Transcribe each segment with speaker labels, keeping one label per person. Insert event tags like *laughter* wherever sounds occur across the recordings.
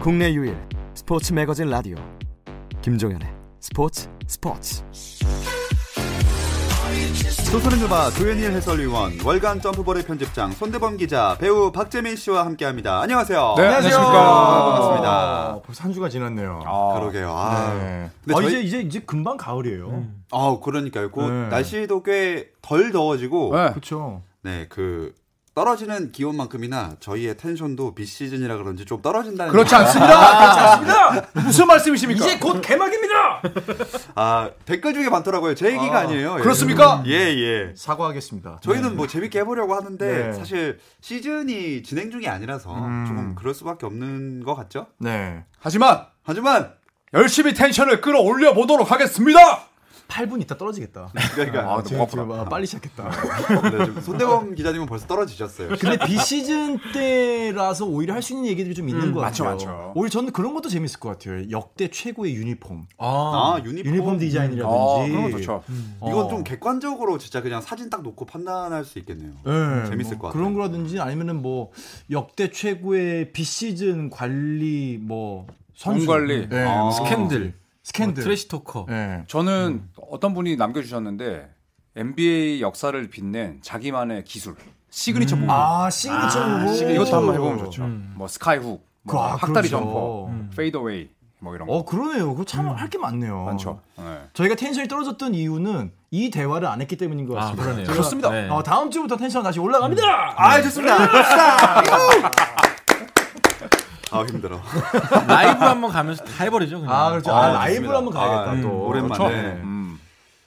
Speaker 1: 국내 유일 스포츠 매거진 라디오 김종현의 스포츠 스포츠
Speaker 2: 소설은 누바 조현일 해설위원, 월간 점프볼의 편집장 손대범 기자, 배우 박재민 씨와 함께합니다. 안녕하세요.
Speaker 3: 네, 안녕하십니까.
Speaker 2: 반갑습니다.
Speaker 3: 아, 벌써 한 주가 지났네요.
Speaker 2: 그러게요. 아,
Speaker 3: 네.
Speaker 2: 근데
Speaker 3: 아,
Speaker 2: 저희-
Speaker 3: 이제 이제 이제 금방 가을이에요.
Speaker 2: 아우, 그러니까요. 곧
Speaker 3: 네.
Speaker 2: 날씨도 꽤 덜 더워지고,
Speaker 4: 네.
Speaker 3: 그렇죠.
Speaker 2: 네, 그 떨어지는 기온만큼이나 저희의 텐션도 비 시즌이라 그런지 좀 떨어진다는. 아,
Speaker 4: 그렇지
Speaker 2: 얘기가-
Speaker 4: 않습니다. 그렇지
Speaker 5: 아.
Speaker 4: 않습니다. 무슨 말씀이십니까?
Speaker 3: 이제 곧 개막입니다.
Speaker 2: 아, 댓글 중에 많더라고요. 제 얘기가
Speaker 3: 아,
Speaker 2: 아, 니에요
Speaker 4: 그렇습니까?
Speaker 2: 예, 예.
Speaker 3: 사과하겠습니다.
Speaker 2: 저희는 뭐 재밌게 해보려고 하는데
Speaker 3: 네.
Speaker 2: 사실 시즌이 진행 중이 아니라서 조금 그럴 수밖에 없는 것 같죠.
Speaker 3: 네.
Speaker 4: 하지만
Speaker 2: 하지만
Speaker 4: 열심히 텐션을 끌어올려 보도록 하겠습니다.
Speaker 3: 8분 있다 떨어지겠다.
Speaker 2: 그러니까
Speaker 3: 아, 지금, 지금 아, 빨리 시작했다.
Speaker 2: 네, 지금 손대범 기자님은 벌써 떨어지셨어요.
Speaker 3: 근데 비시즌 때라서 오히려 할 수 있는 얘기들이 좀 있는 것 같아요.
Speaker 4: 맞죠, 맞죠.
Speaker 3: 오히려 저는 그런 것도 재밌을 것 같아요. 역대 최고의 유니폼.
Speaker 2: 아, 유니폼.
Speaker 3: 유니폼 디자인이라든지. 음.
Speaker 4: 아, 그런 거 좋죠.
Speaker 3: 어.
Speaker 2: 이건 좀 객관적으로 진짜 그냥 사진 딱 놓고 판단할 수 있겠네요.
Speaker 3: 예,
Speaker 2: 재밌을
Speaker 3: 뭐
Speaker 2: 것 같아요.
Speaker 3: 그런 거라든지 아니면은 뭐 역대 최고의 비시즌 관리 뭐 선수
Speaker 4: 관리.
Speaker 3: 예,
Speaker 2: 아.
Speaker 3: 뭐
Speaker 5: 스캔들,
Speaker 3: 스캔들
Speaker 5: 트래시 토커.
Speaker 3: 예.
Speaker 4: 저는 어떤 분이 남겨주셨는데 NBA 역사를 빛낸 자기만의 기술 시그니처 무브.
Speaker 3: 아 시그니처로
Speaker 4: 이것도 한번 해보면 좋죠. 뭐 스카이훅,
Speaker 3: 그,
Speaker 4: 뭐
Speaker 3: 아,
Speaker 4: 학다리
Speaker 3: 그렇죠.
Speaker 4: 점퍼,
Speaker 3: 음.
Speaker 4: 페이더웨이 뭐 이런 거
Speaker 3: 어 그러네요. 그거 참 할 게 많네요.
Speaker 4: 많죠. 네.
Speaker 3: 저희가 텐션이 떨어졌던 이유는 이 대화를 안 했기 때문인 것
Speaker 5: 아,
Speaker 3: 같습니다.
Speaker 5: 그러네요.
Speaker 3: 제가-
Speaker 4: 좋습니다.
Speaker 5: 네.
Speaker 3: 어, 다음 주부터 텐션 다시 올라갑니다.
Speaker 2: 아, 좋습니다. 아, 힘들어.
Speaker 5: 라이브 한번 가면서 다 해버리죠. 그냥.
Speaker 3: 아 그렇죠.
Speaker 2: 아,
Speaker 3: 아,
Speaker 2: 좋습니다.
Speaker 3: 라이브로 한번 가야겠다.
Speaker 2: 아,
Speaker 3: 또 그렇죠. 네.
Speaker 2: 오랜만에.
Speaker 4: 음.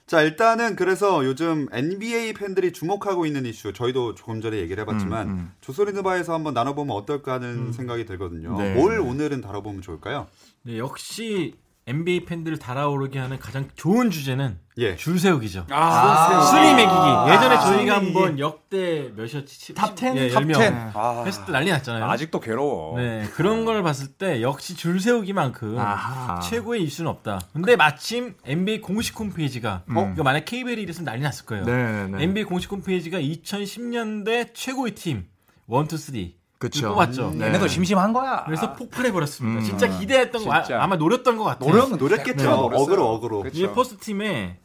Speaker 2: 자, 일단은 그래서 요즘 NBA 팬들이 주목하고 있는 이슈, 저희도 조금 전에 얘기를 해봤지만,
Speaker 3: 음,
Speaker 2: 조소리누바에서 한번 나눠보면 어떨까 하는 생각이 들거든요.
Speaker 3: 네.
Speaker 2: 뭘 오늘은 다뤄보면 좋을까요?
Speaker 5: 네, 역시 NBA 팬들을 달아오르게 하는 가장 좋은 주제는
Speaker 2: 예.
Speaker 5: 줄 세우기죠.
Speaker 4: 네. 아,
Speaker 5: 순위 매기기. 예전에
Speaker 3: 아,
Speaker 5: 저희가
Speaker 3: 순위 매기기.
Speaker 5: 한번 역대 몇이었지? 예,
Speaker 3: 탑 10?
Speaker 5: 네.
Speaker 4: 탑 10.
Speaker 5: 탑10
Speaker 4: 아,
Speaker 5: 했을 때 난리 났잖아요.
Speaker 4: 아직도 뭐. 괴로워.
Speaker 5: 네, 그런 걸 봤을 때 역시 줄 세우기만큼
Speaker 3: 아하.
Speaker 5: 최고의 이슈는 없다. 근데 마침 NBA 공식 홈페이지가
Speaker 4: 음.
Speaker 5: 어? 이거 만약 KBL이 이랬으면 난리 났을 거예요.
Speaker 3: 네네네.
Speaker 5: NBA 공식 홈페이지가 2010년대 최고의 팀 1, 2, 3
Speaker 3: 그쵸.
Speaker 5: 뽑았죠.
Speaker 3: 음, 네. 음.
Speaker 4: 얘네도 심심한 거야. 아.
Speaker 5: 그래서 폭발해 버렸습니다. 진짜 기대했던 거
Speaker 4: 진짜.
Speaker 5: 아, 마 노렸던 것 같아요.
Speaker 4: 노력은
Speaker 2: 노렸겠죠.
Speaker 4: 네, 노렸어요.
Speaker 2: 어그로, 어그로.
Speaker 4: 그쵸.
Speaker 5: 이제 퍼스트 팀에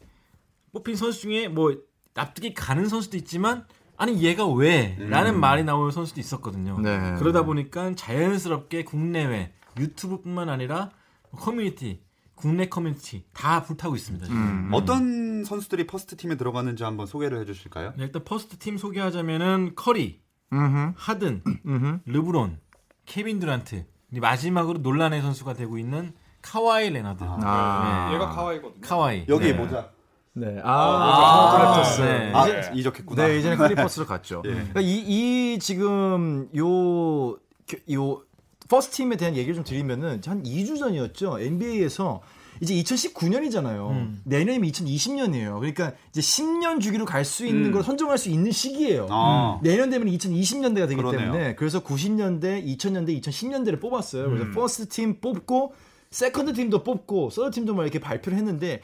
Speaker 5: 뽑힌 선수 중에 뭐 납득이 가는 선수도 있지만 아니 얘가 왜라는 말이 나오는 선수도 있었거든요.
Speaker 3: 음. 네.
Speaker 5: 그러다 보니까 자연스럽게 국내외 유튜브뿐만 아니라 커뮤니티 국내 커뮤니티 다 불타고 있습니다. 지금.
Speaker 3: 음. 아.
Speaker 2: 어떤 선수들이 퍼스트 팀에 들어갔는지 한번 소개를 해주실까요?
Speaker 5: 네, 일단 퍼스트 팀 소개하자면은 커리,
Speaker 3: 음흠.
Speaker 5: 하든,
Speaker 3: 음흠.
Speaker 5: 르브론, 케빈 듀란트 이제 마지막으로 논란의 선수가 되고 있는 카와이 레나드.
Speaker 3: 아.
Speaker 5: 네.
Speaker 4: 카와이거든요.
Speaker 5: 카와이.
Speaker 2: 여기 모자.
Speaker 3: 네. 아.
Speaker 5: 네.
Speaker 2: 아, 이적했구나.
Speaker 3: 네, 예전에
Speaker 2: *laughs*
Speaker 3: 클리퍼스로 갔죠. 그러니까 이, 이 지금 요, 겨- 요, 퍼스트 팀에 대한 얘기를 좀 드리면은 한 2주 전이었죠. NBA에서 이제 2019년이잖아요.
Speaker 2: 음.
Speaker 3: 내년이면 2020년이에요. 그러니까 이제 10년 주기로 갈 수 있는 걸 선정할 수 있는 시기예요.
Speaker 2: 음. 아.
Speaker 3: 내년 되면 2020년대가 되기
Speaker 2: 그러네요.
Speaker 3: 때문에 그래서 90년대, 2000년대, 2010년대를 뽑았어요. 그래서 퍼스트 팀 뽑고 세컨드 팀도 뽑고 서드 팀도 막 이렇게 발표를 했는데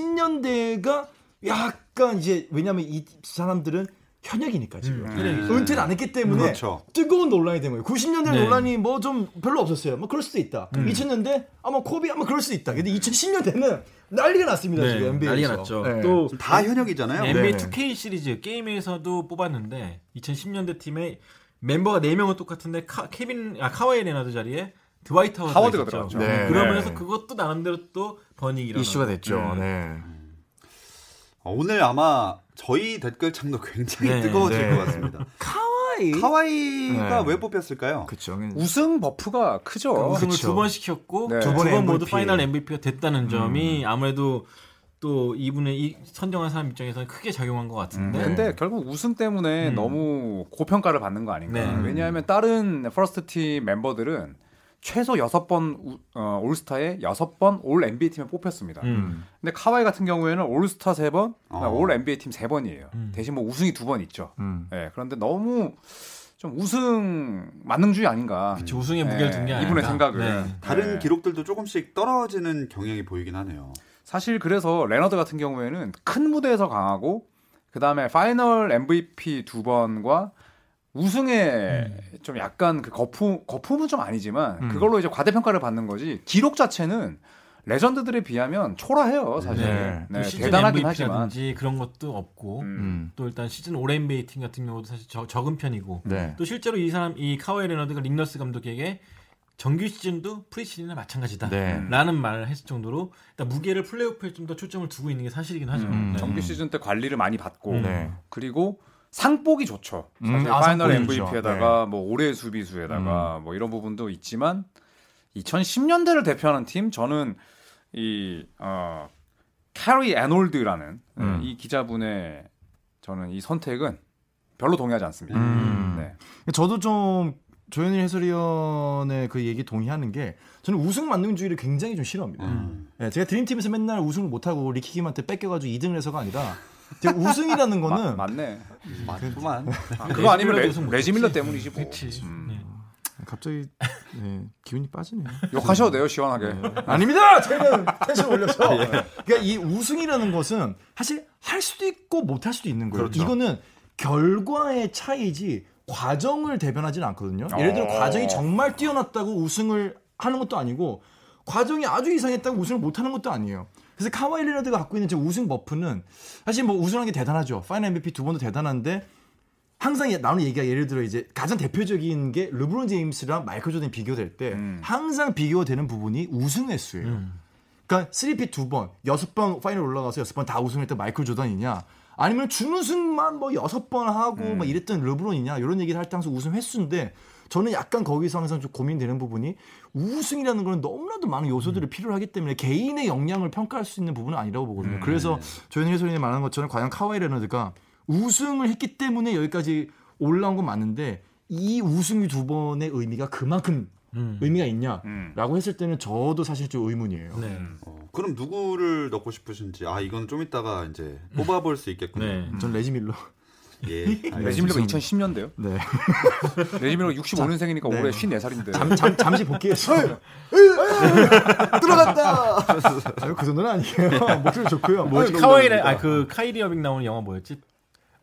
Speaker 3: 2010년대가 약간 이제 왜냐하면 이 사람들은 현역이니까 지금 은퇴를 안 했기 때문에
Speaker 2: 그렇죠.
Speaker 3: 뜨거운 논란이 된 거예요. 90년대
Speaker 5: 네.
Speaker 3: 논란이 뭐 좀 별로 없었어요. 뭐 그럴 수도 있다. 2000년대 아마 코비 아마 그럴 수도 있다. 근데 2010년대는 난리가 났습니다
Speaker 5: 네,
Speaker 3: 지금 NBA에서.
Speaker 5: 난리가 났죠.
Speaker 3: 네.
Speaker 5: 또
Speaker 2: 지금 다 현역이잖아요.
Speaker 5: NBA
Speaker 3: 네.
Speaker 5: 2K 시리즈 게임에서도 뽑았는데 2010년대 팀에 멤버가 4명은 똑같은데 카, 케빈 아 카와이 레나드 자리에 드와이트 하워드가,
Speaker 4: 하워드가
Speaker 5: 있었죠.
Speaker 4: 들어갔죠. 네.
Speaker 5: 그러면서 그것도 나름대로 또 번익이라
Speaker 3: 이슈가 됐죠. 네.
Speaker 2: 어, 오늘 아마 저희 댓글 창도 굉장히
Speaker 5: 네,
Speaker 2: 뜨거워질
Speaker 3: 네.
Speaker 2: 것 같습니다.
Speaker 3: 카와이.
Speaker 2: 카와이가
Speaker 3: 네.
Speaker 2: 왜 뽑혔을까요?
Speaker 3: 그쵸.
Speaker 4: 우승 버프가 크죠.
Speaker 5: 그러니까 우승을
Speaker 3: 그쵸.
Speaker 5: 어, 두 번 시켰고
Speaker 4: 네.
Speaker 5: 두
Speaker 3: 두번
Speaker 5: 번 모두
Speaker 3: MVP.
Speaker 5: 파이널 MVP가 됐다는 점이
Speaker 4: 음.
Speaker 5: 아무래도 또 이분의 이 선정한 사람 입장에서는 크게 작용한 것 같은데
Speaker 4: 음. 근데 결국 우승 때문에 너무 고평가를 받는 거 아닌가.
Speaker 5: 음. 네.
Speaker 4: 왜냐하면 다른 퍼스트 팀 멤버들은 최소 6번 우- 어, 올스타에 6번 올 NBA 팀에 뽑혔습니다.
Speaker 5: 음.
Speaker 4: 근데 카와이 같은 경우에는 올스타 3번, 그러니까
Speaker 2: 어.
Speaker 4: 올 NBA 팀 3번이에요.
Speaker 5: 음.
Speaker 4: 대신 뭐 우승이 2번 있죠.
Speaker 3: 음.
Speaker 4: 예, 그런데 너무 좀 우승 만능주의 아닌가. 예,
Speaker 5: 그쵸, 우승에 무게를 둔게 아닌가
Speaker 4: 네. 이분의 생각을.
Speaker 5: 네.
Speaker 2: 다른
Speaker 4: 예.
Speaker 2: 기록들도 조금씩 떨어지는 경향이 보이긴 하네요.
Speaker 4: 사실 그래서 레너드 같은 경우에는 큰 무대에서 강하고 그 다음에 파이널 MVP 두 번과 우승에 좀 약간 그 거품 거품은 좀 아니지만
Speaker 6: 음.
Speaker 4: 그걸로 이제 과대평가를 받는 거지 기록 자체는 레전드들에 비하면 초라해요 사실.
Speaker 6: 네.
Speaker 4: 네.
Speaker 5: 또그 시즌
Speaker 4: 대단하긴 하지만.
Speaker 5: MVP라든지 뭐? 그런 것도 없고
Speaker 4: 음.
Speaker 6: 음.
Speaker 5: 또 일단 시즌 올해 베이팅 같은 경우도 사실 저- 적은 편이고
Speaker 6: 네.
Speaker 5: 또 실제로 이 사람 이 카와이 레너드가 릭너스 감독에게 정규 시즌도 프리시즌이나 마찬가지다.
Speaker 6: 네.
Speaker 5: 라는 말을 했을 정도로 일단 무게를 플레이오프에 좀 더 초점을 두고 있는 게 사실이긴 하죠.
Speaker 6: 음.
Speaker 5: 네.
Speaker 4: 정규 시즌 때 관리를 많이 받고
Speaker 5: 음.
Speaker 6: 네.
Speaker 4: 그리고 상복이 좋죠.
Speaker 6: 음,
Speaker 4: 사실
Speaker 6: 아,
Speaker 4: 파이널
Speaker 6: 상복이 좋죠. 네. 음.
Speaker 4: MVP에다가 뭐 올해 수비수에다가 뭐 이런 부분도 있지만 2010년대를 대표하는 팀 저는 이 어, 캐리 애놀드라는 네,
Speaker 6: 음.
Speaker 4: 이 기자분의 저는 이 선택은 별로 동의하지 않습니다.
Speaker 6: 음.
Speaker 4: 네.
Speaker 3: 저도 좀 조현일 해설위원의 그 얘기 동의하는 게 저는 우승 만능주의를 굉장히 좀 싫어합니다.
Speaker 2: 음.
Speaker 3: 예, 제가 드림팀에서 맨날 우승을 못하고 리키킴한테 뺏겨가지고 2등을 해서가 아니라 제가
Speaker 4: *laughs*
Speaker 3: 우승이라는
Speaker 4: 마-
Speaker 3: 거는
Speaker 4: 맞네.
Speaker 2: 음. 맞구만.
Speaker 4: 아, 그거 아니면 레,
Speaker 5: 레지 밀러도 우승
Speaker 4: 레지 밀러
Speaker 5: 못했지.
Speaker 4: 때문이지 뭐.
Speaker 5: 그치.
Speaker 4: 음.
Speaker 5: 네.
Speaker 3: 갑자기 예, 기운이 빠지네요.
Speaker 4: 욕하셔도 돼요 시원하게.
Speaker 3: 아닙니다. 저희는 텐션 올려서. 그러니까 이 우승이라는 것은 사실 할 수도 있고 못 할 수도 있는 거예요.
Speaker 2: 그렇죠.
Speaker 3: 이거는 결과의 차이지 과정을 대변하지는 않거든요. 예를 들어
Speaker 4: 어.
Speaker 3: 과정이 정말 뛰어났다고 우승을 하는 것도 아니고 과정이 아주 이상했다고 우승을 못 하는 것도 아니에요. 그래서 카와이 레너드가 갖고 있는 저 우승 버프는 사실 뭐 우승하는 게 대단하죠. 파이널 MVP 두 번도 대단한데 항상 예- 나오는 얘기가 예를 들어 이제 가장 대표적인 게 르브론 제임스랑 마이클 조던이 비교될 때
Speaker 4: 음.
Speaker 3: 항상 비교되는 부분이 우승 횟수예요.
Speaker 5: 음.
Speaker 3: 그러니까 3P 두 번, 여섯 번 파이널 올라가서 여섯 번 다 우승했던 마이클 조던이냐, 아니면 준우승만 뭐 여섯 번 하고 막 이랬던 르브론이냐 이런 얘기를 할 때 항상 우승 횟수인데 저는 약간 거기서 항상 좀 고민되는 부분이 우승이라는 거는 너무나도 많은 요소들이 필요하기 때문에 개인의 역량을 평가할 수 있는 부분은 아니라고 보거든요. 그래서 조현일 해설위원이 말한 것처럼 과연 카와이 레너드가 우승을 했기 때문에 여기까지 올라온 건 맞는데 이 우승이 두 번의 의미가 그만큼
Speaker 5: 음.
Speaker 3: 의미가 있냐?
Speaker 4: 음.
Speaker 3: 라고 했을 때는 저도 사실 좀 의문이에요.
Speaker 5: 네.
Speaker 2: 어, 그럼 누구를 넣고 싶으신지 아 이건 좀 이따가 이제 뽑아볼 수 있겠군요.
Speaker 5: 네.
Speaker 3: 전 레지밀러.
Speaker 2: 예.
Speaker 4: 레지 밀러가 2010년대요.
Speaker 3: 네.
Speaker 4: 레지 밀러가 65년생이니까 올해 54살인데.
Speaker 3: 잠, 잠, 잠시 복귀해서. 들어갔다! 아유, 그 정도는 아니에요. *laughs* 목소리 좋고요.
Speaker 5: 네. 뭐지? 카와이레 아그 카이리 어빙 나오는 영화 뭐였지?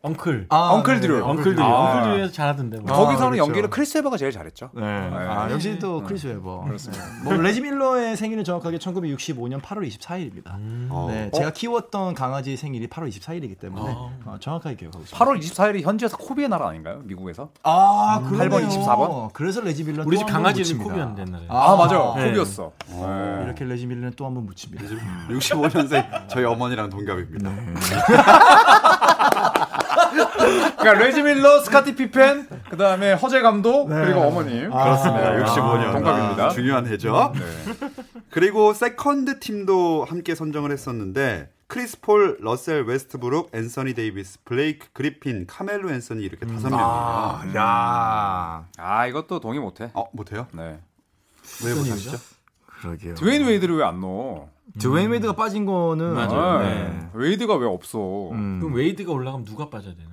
Speaker 5: 엉클.
Speaker 3: 아,
Speaker 4: 엉클 드류.
Speaker 3: 네, 네.
Speaker 5: 엉클 류.
Speaker 4: 아.
Speaker 5: 엉클 류에서 잘하던데. 뭐.
Speaker 3: 아,
Speaker 4: 거기서 하는
Speaker 3: 그렇죠.
Speaker 4: 연기를 크리스 에버가 제일 잘했죠.
Speaker 3: 네. 아,
Speaker 4: 네.
Speaker 3: 역시 또 크리스 웨버.
Speaker 5: 네,
Speaker 3: 그렇습니다. 뭐, 레지밀러의 생일은 정확하게 1965년 8월 24일입니다.
Speaker 5: 음.
Speaker 2: 어,
Speaker 3: 네, 제가 키웠던 강아지 생일이 8월 24일이기 때문에
Speaker 5: 아.
Speaker 3: 어, 정확하게 기억하고 있습니다.
Speaker 4: 8월 24일이 현지에서 코비의 나라 아닌가요? 미국에서?
Speaker 3: 아,
Speaker 4: 팔
Speaker 3: 그러네요.
Speaker 4: 번 24번?
Speaker 3: 그래서 레지밀러
Speaker 5: 우리
Speaker 3: 또
Speaker 5: 집
Speaker 3: 한번
Speaker 5: 강아지는
Speaker 3: 묻힙니다.
Speaker 5: 코비였는데 옛날에.
Speaker 4: 아, 맞아요.
Speaker 5: 네.
Speaker 4: 코비였어. 네.
Speaker 3: 이렇게 레지밀러는 또 한 번 묻힙니다.
Speaker 2: 65년생 저희 어머니랑 동갑입니다.
Speaker 4: 그러니까 레지 밀러, 스카티 피펜, 그 다음에 허재 감독 그리고 어머님.
Speaker 2: 네. 그렇습니다.
Speaker 4: 아,
Speaker 2: 65년
Speaker 4: 동갑입니다. 음, 네.
Speaker 2: 아, 중요한 해죠. *laughs* 그리고 세컨드 팀도 함께 선정을 했었는데 크리스 폴, 러셀 웨스트브룩, 앤서니 데이비스, 블레이크 그리핀, 카멜로 앤서니 이렇게 다섯
Speaker 4: 음,
Speaker 2: 명이에요.
Speaker 3: 아, 야
Speaker 4: 아 이것도 동의 못해.
Speaker 2: 어 못해요?
Speaker 4: 네.
Speaker 2: 왜 못하시죠?
Speaker 3: 그러게요.
Speaker 4: 드웨인 웨이드를 왜 안 넣어?
Speaker 3: 드웨인 웨이드가 빠진 거는
Speaker 5: 음. 맞아요.
Speaker 4: 네.
Speaker 5: 네.
Speaker 4: 웨이드가 왜 없어?
Speaker 3: 음.
Speaker 5: 그럼 웨이드가 올라가면 누가 빠져야 되나요?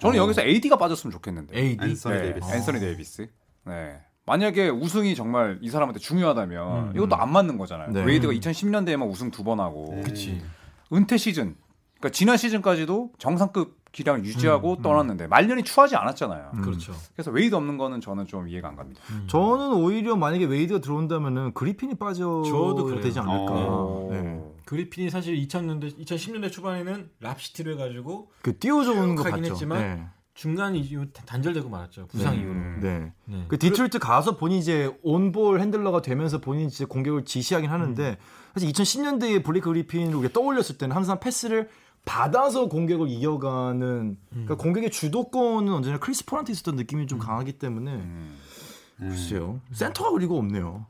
Speaker 4: 저는 여기서 AD가 빠졌으면 좋겠는데.
Speaker 5: AD.
Speaker 2: 어. 앤서니
Speaker 4: 네,
Speaker 2: 데이비스.
Speaker 4: 앤서니 데이비스. 네. 만약에 우승이 정말 이 사람한테
Speaker 2: 음.
Speaker 4: 중요하다면 이것도 안 맞는 거잖아요.
Speaker 3: 네.
Speaker 4: 웨이드가 2010년대에만 우승 두 번 하고
Speaker 5: 그치.
Speaker 4: 은퇴 시즌, 그러니까 지난 시즌까지도 정상급 기량을 유지하고 떠났는데 말년이 추하지 않았잖아요.
Speaker 5: 음, 그렇죠.
Speaker 4: 그래서 웨이드 없는 거는 저는 좀 이해가 안 갑니다.
Speaker 3: 저는 오히려 만약에 웨이드가 들어온다면은 그리핀이 빠져
Speaker 5: 저도 그래요.
Speaker 3: 되지 않을까.
Speaker 5: 아,
Speaker 4: 어.
Speaker 3: 네.
Speaker 5: 그리핀이 사실 2000년대, 2010년대 초반에는 랍시티를 해가지고
Speaker 3: 그 띄워져오는 거
Speaker 5: 하긴
Speaker 3: 봤죠.
Speaker 5: 했지만 중간 이후 단절되고 말았죠. 부상 이후로.
Speaker 4: 음.
Speaker 3: 네. 네.
Speaker 5: 네.
Speaker 3: 그 디트로이트 가서 본인 이제 온볼 핸들러가 되면서 본인 이제 공격을 지시하긴
Speaker 5: 음.
Speaker 3: 하는데 사실 2010년대에 블레이크 그리핀을 우리가 떠올렸을 때는 항상 패스를 받아서 공격을 이어가는 그러니까
Speaker 5: 음.
Speaker 3: 공격의 주도권은 언제나 크리스 폴한테 있었던 느낌이 좀 강하기 때문에
Speaker 5: 음.
Speaker 3: 글쎄요 센터가 그리고 없네요.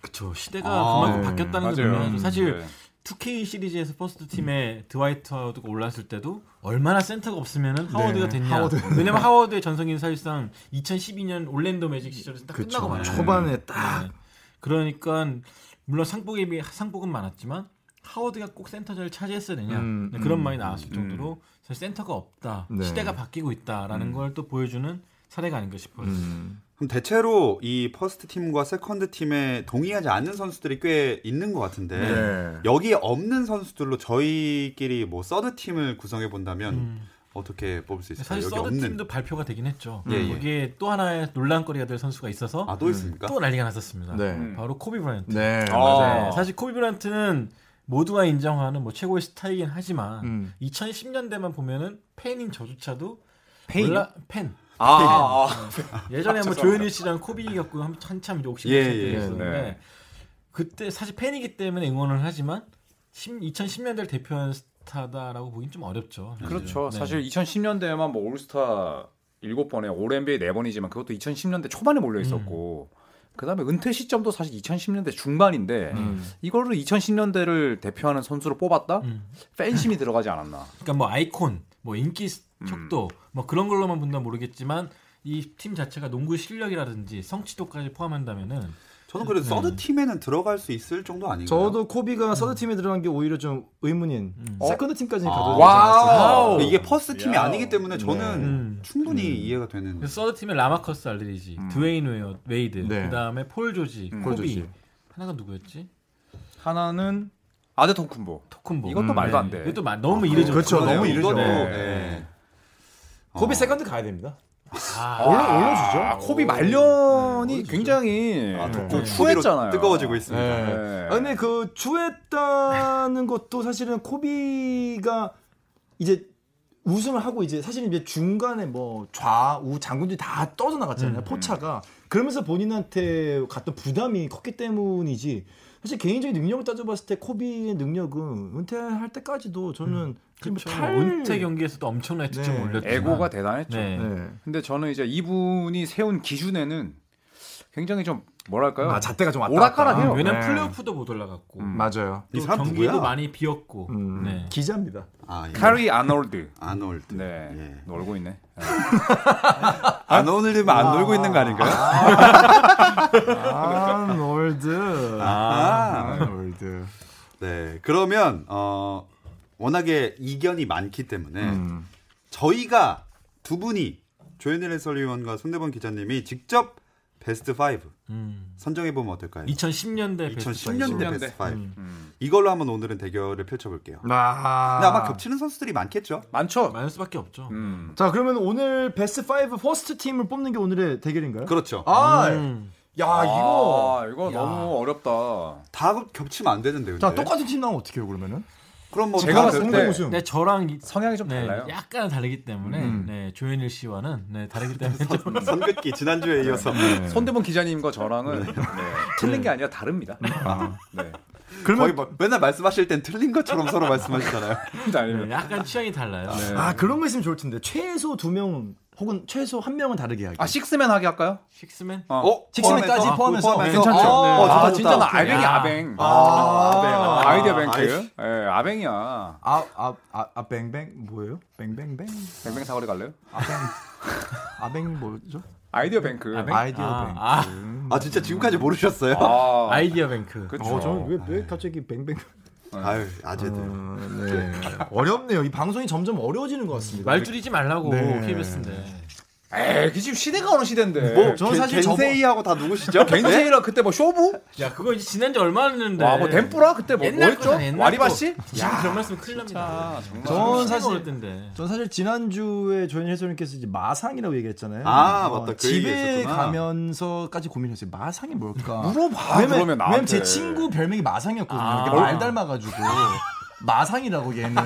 Speaker 5: 그쵸. 시대가 그만큼
Speaker 3: 네.
Speaker 5: 바뀌었다는 걸 보면 사실
Speaker 4: 네.
Speaker 5: 2K 시리즈에서 퍼스트 팀에 드와이트 하워드가 올랐을 때도 얼마나 센터가 없으면 하워드가
Speaker 3: 네,
Speaker 5: 됐냐.
Speaker 3: 하워드.
Speaker 5: 왜냐면 하워드의 전성기는 사실상 2012년 올랜도 매직 시절에서 딱
Speaker 3: 그쵸.
Speaker 5: 끝나고 말았요 음.
Speaker 3: 초반에 딱
Speaker 5: 그러니까 물론 상복에 비해 상복은 많았지만 하워드가 꼭 센터 자리를 차지했어야 되냐
Speaker 3: 음,
Speaker 5: 네, 그런
Speaker 3: 음,
Speaker 5: 말이 나왔을 정도로 사실 센터가 없다
Speaker 3: 네.
Speaker 5: 시대가 바뀌고 있다라는 걸 또 보여주는 사례가 아닌가 싶어요.
Speaker 3: 음.
Speaker 2: 그럼 대체로 이 퍼스트 팀과 세컨드 팀에 동의하지 않는 선수들이 꽤 있는 것 같은데
Speaker 3: 네.
Speaker 4: 음.
Speaker 2: 여기에 없는 선수들로 저희끼리 뭐 서드 팀을 구성해 본다면 어떻게 뽑을 수 있을까요?
Speaker 5: 사실
Speaker 2: 여기
Speaker 5: 서드
Speaker 2: 없는.
Speaker 5: 팀도 발표가 되긴 했죠.
Speaker 2: 예, 예.
Speaker 5: 거기에 또 하나의 논란거리가 될 선수가 있어서
Speaker 2: 아, 또 있습니까?
Speaker 5: 또 난리가 났었습니다.
Speaker 3: 그러니까? 네.
Speaker 4: 음.
Speaker 5: 바로 코비 브라이언트.
Speaker 3: 네.
Speaker 4: 아.
Speaker 5: 네, 사실 코비 브라이언트는 모두가 인정하는 뭐 최고의 스타이긴 하지만
Speaker 3: 음.
Speaker 5: 2010년대만 보면은 팬인 저조차도
Speaker 3: 팬이요?
Speaker 5: 몰라- 팬.
Speaker 4: 아, 아,
Speaker 5: 예전에
Speaker 4: 죄송합니다.
Speaker 5: 뭐 조현일 씨랑 코비 갖고 한- 한참 이제 옥신
Speaker 2: 예, 예,
Speaker 5: 있었는데
Speaker 4: 네.
Speaker 5: 그때 사실 팬이기 때문에 응원을 하지만 2010년대를 대표한 스타다라고 보긴 좀 어렵죠.
Speaker 4: 아. 그렇죠.
Speaker 5: 네.
Speaker 4: 사실 2010년대에만 뭐 올스타 7번에 올 NBA 4번이지만 그것도 2010년대 초반에 몰려 있었고 그다음에 은퇴 시점도 사실 2010년대 중반인데 이거를 2010년대를 대표하는 선수로 뽑았다?
Speaker 5: 음.
Speaker 4: 팬심이 들어가지 않았나?
Speaker 5: 그러니까 뭐 아이콘, 뭐 인기 스-
Speaker 4: 음.
Speaker 5: 척도, 뭐 그런 걸로만 본다면 모르겠지만 이 팀 자체가 농구 실력이라든지 성취도까지 포함한다면은
Speaker 2: 저는 그래도 서드 팀에는 들어갈 수 있을 정도 아닌가요?
Speaker 3: 저도 코비가 서드 팀에 들어간 게 오히려 좀 의문인.
Speaker 5: 음.
Speaker 3: 세컨드 팀까지
Speaker 5: 아.
Speaker 3: 는 가도
Speaker 4: 와우.
Speaker 2: 근데 그러니까 이게 퍼스트 팀이
Speaker 4: 와우.
Speaker 2: 아니기 때문에 저는
Speaker 5: 음. 네,
Speaker 2: 충분히 이해가 되는.
Speaker 5: 그래서 서드 팀에 라마커스 알드리지, 드웨인 웨어, 웨이드,
Speaker 3: 음. 네.
Speaker 5: 그다음에 폴 조지,
Speaker 3: 폴
Speaker 5: 코비,
Speaker 3: 조지.
Speaker 5: 하나가 누구였지?
Speaker 4: 하나는 아데톤쿤보.
Speaker 5: 토큰보.
Speaker 4: 이것도 말도 안 돼.
Speaker 5: 이것도 마- 너무 이르죠.
Speaker 3: 음, 네. 그렇죠.
Speaker 5: 토큰보.
Speaker 3: 너무 이르죠.
Speaker 2: 이것도,
Speaker 4: 네.
Speaker 2: 네.
Speaker 3: 코비 세컨드 가야 됩니다.
Speaker 5: 아,
Speaker 3: 올려 올려주죠.
Speaker 4: 아, 코비 말년이 굉장히
Speaker 2: 아, 덥고
Speaker 4: 좀
Speaker 2: 추위로
Speaker 4: 추했잖아요.
Speaker 2: 뜨거워지고 있습니다.
Speaker 4: 네.
Speaker 3: 아, 근데 그 추했다는 것도 사실은 코비가 이제 우승을 하고 이제 사실 이제 중간에 뭐 좌우 장군들이 다
Speaker 5: 음,
Speaker 3: 떠져나갔잖아요 포차가 그러면서 본인한테 갔던 부담이 컸기 때문이지 사실 개인적인 능력을 따져봤을 때 코비의 능력은 은퇴할 때까지도 저는 지금
Speaker 5: 그렇죠.
Speaker 3: 팔-
Speaker 5: 은퇴 경기에서도 엄청나게 득점
Speaker 3: 네.
Speaker 5: 올렸지만
Speaker 4: 에고가 대단했죠.
Speaker 5: 네.
Speaker 3: 네.
Speaker 4: 근데 저는 이제 이분이 세운 기준에는 굉장히 좀 뭐랄까요?
Speaker 3: 아 잣대가 좀 왔다
Speaker 4: 오락가락해요.
Speaker 3: 갔다.
Speaker 5: 아, 왜냐면
Speaker 3: 네.
Speaker 5: 플레이오프도 못 올라갔고
Speaker 4: 음.
Speaker 3: 맞아요
Speaker 2: 이
Speaker 5: 또
Speaker 2: 사람
Speaker 5: 경기도
Speaker 2: 누구야?
Speaker 5: 많이 비었고
Speaker 3: 음,
Speaker 5: 네.
Speaker 3: 기자입니다
Speaker 2: 아, 예.
Speaker 4: 카리 네. 아놀드.
Speaker 2: 아놀드.
Speaker 4: 네.
Speaker 2: 예.
Speaker 4: 놀고 있네.
Speaker 2: 아놀드면 안 놀고 있는 거 아닌가요?
Speaker 3: 아놀드
Speaker 2: 아.
Speaker 3: 음. 아놀드
Speaker 2: 네. 그러면 어 워낙에 이견이 많기 때문에
Speaker 3: 음.
Speaker 2: 저희가 두 분이 조현일 해설위원과 손대범 기자님이 직접 베스트 5
Speaker 5: 음.
Speaker 2: 선정해 보면 어떨까요?
Speaker 5: 2010년대 베스트
Speaker 2: 2010년대
Speaker 4: 2010년대.
Speaker 2: 베스트 5
Speaker 4: 음.
Speaker 2: 이걸로 한번 오늘은 대결을 펼쳐볼게요.
Speaker 3: 아.
Speaker 2: 근데 아마 겹치는 선수들이 많겠죠?
Speaker 4: 많죠.
Speaker 5: 많을 수밖에 없죠.
Speaker 4: 음.
Speaker 3: 자 그러면 오늘 베스트 5 퍼스트 팀을 뽑는 게 오늘의 대결인가요?
Speaker 2: 그렇죠.
Speaker 3: 아,
Speaker 5: 음.
Speaker 3: 야 이거
Speaker 4: 아, 이거 너무 어렵다.
Speaker 2: 다 겹치면 안 되는데. 근데.
Speaker 5: 네.
Speaker 3: 자 똑같은 팀 나오면 어떻게 해요 그러면은?
Speaker 2: 그럼 뭐
Speaker 4: 제가
Speaker 2: 다
Speaker 4: 봤을
Speaker 2: 그-
Speaker 4: 때-
Speaker 3: 우승.
Speaker 5: 네, 저랑 이-
Speaker 4: 성향이 좀
Speaker 5: 네,
Speaker 4: 달라요.
Speaker 5: 약간 다르기 때문에
Speaker 3: 음.
Speaker 5: 네, 조현일 씨와는 네, 다르기
Speaker 4: *laughs*
Speaker 5: 때문에 좀
Speaker 2: 선긋기 지난주에 이어서
Speaker 4: 손대본 기자님과 저랑은 네, 틀린 게 아니라 다릅니다. 네.
Speaker 2: 거의 뭐 맨날 말씀하실 땐 틀린 것처럼 서로 말씀하시잖아요.
Speaker 4: *laughs* 아니면
Speaker 5: 네, 약간 취향이 달라요.
Speaker 4: 네.
Speaker 3: 아 그런 거 있으면 좋을 텐데 최소 두 명은 혹은 최소 한 명은 다르게 하기.
Speaker 4: 아 식스맨 하게 할까요?
Speaker 5: 식스맨
Speaker 4: 어.
Speaker 3: 직선까지
Speaker 2: 포함해서?
Speaker 3: 포함해서?
Speaker 2: 포함해서?
Speaker 3: 괜찮죠?
Speaker 2: 아,
Speaker 3: 네.
Speaker 2: 어, 좋다,
Speaker 4: 아
Speaker 2: 좋다.
Speaker 4: 진짜 나 아뱅이
Speaker 5: 야.
Speaker 4: 아뱅.
Speaker 2: 아,
Speaker 4: 아, 이디어
Speaker 2: 아,
Speaker 4: 뱅크.
Speaker 2: 아이씨.
Speaker 4: 예, 아뱅이야.
Speaker 3: 아아아 아, 아, 뱅뱅 뭐예요? 뱅뱅뱅
Speaker 4: 뱅뱅 사거리 갈래요?
Speaker 3: *laughs* 아뱅 아뱅 뭐죠?
Speaker 4: 아이디어 뱅크.
Speaker 5: 아뱅?
Speaker 3: 아이디어
Speaker 5: 아,
Speaker 3: 뱅크.
Speaker 5: 아,
Speaker 2: 아 진짜 지금까지 모르셨어요?
Speaker 4: 아,
Speaker 5: 아이디어 뱅크.
Speaker 4: 그렇죠.
Speaker 3: 어 저는 왜, 왜 갑자기 뱅뱅?
Speaker 2: 아유 아재들.
Speaker 3: 어, 네 어렵네요. 이 방송이 점점 어려워지는 것 같습니다.
Speaker 5: 말 줄이지 말라고
Speaker 3: 네.
Speaker 5: KBS인데.
Speaker 4: 에이, 그 지금 시대가 어느 시대인데.
Speaker 2: 뭐
Speaker 3: 저는 사실 저번-
Speaker 2: 겐세이하고 다 누구시죠? 네?
Speaker 4: 갱세이라 그때 뭐 쇼부?
Speaker 5: 야, 그거 이제 지난 지 얼마 안 됐는데.
Speaker 4: 와, 뭐 덴뿌라 그때 뭐
Speaker 5: 옛날
Speaker 4: 뭐였죠?
Speaker 5: 거잖아, 옛날
Speaker 4: 와리바
Speaker 5: 거.
Speaker 4: 씨?
Speaker 5: 지금 그런 말씀 큰일 납니다.
Speaker 4: 아, 정말.
Speaker 3: 전
Speaker 5: 시대가
Speaker 3: 사실-
Speaker 5: 어릴 텐데.
Speaker 3: 전 사실 지난주에 조현일 해설님께서 이제 마상이라고 얘기했잖아요.
Speaker 2: 아, 맞다. 그
Speaker 3: 집에
Speaker 2: 얘기했었구나.
Speaker 3: 가면서까지 고민했어요. 마상이 뭘까?
Speaker 4: 아, 물어봐, 그러면 나한테.
Speaker 3: 왜냐면 제 친구 별명이 마상이었거든요.
Speaker 5: 아.
Speaker 3: 이렇게 말 닮아가지고. 마상이라고 얘는.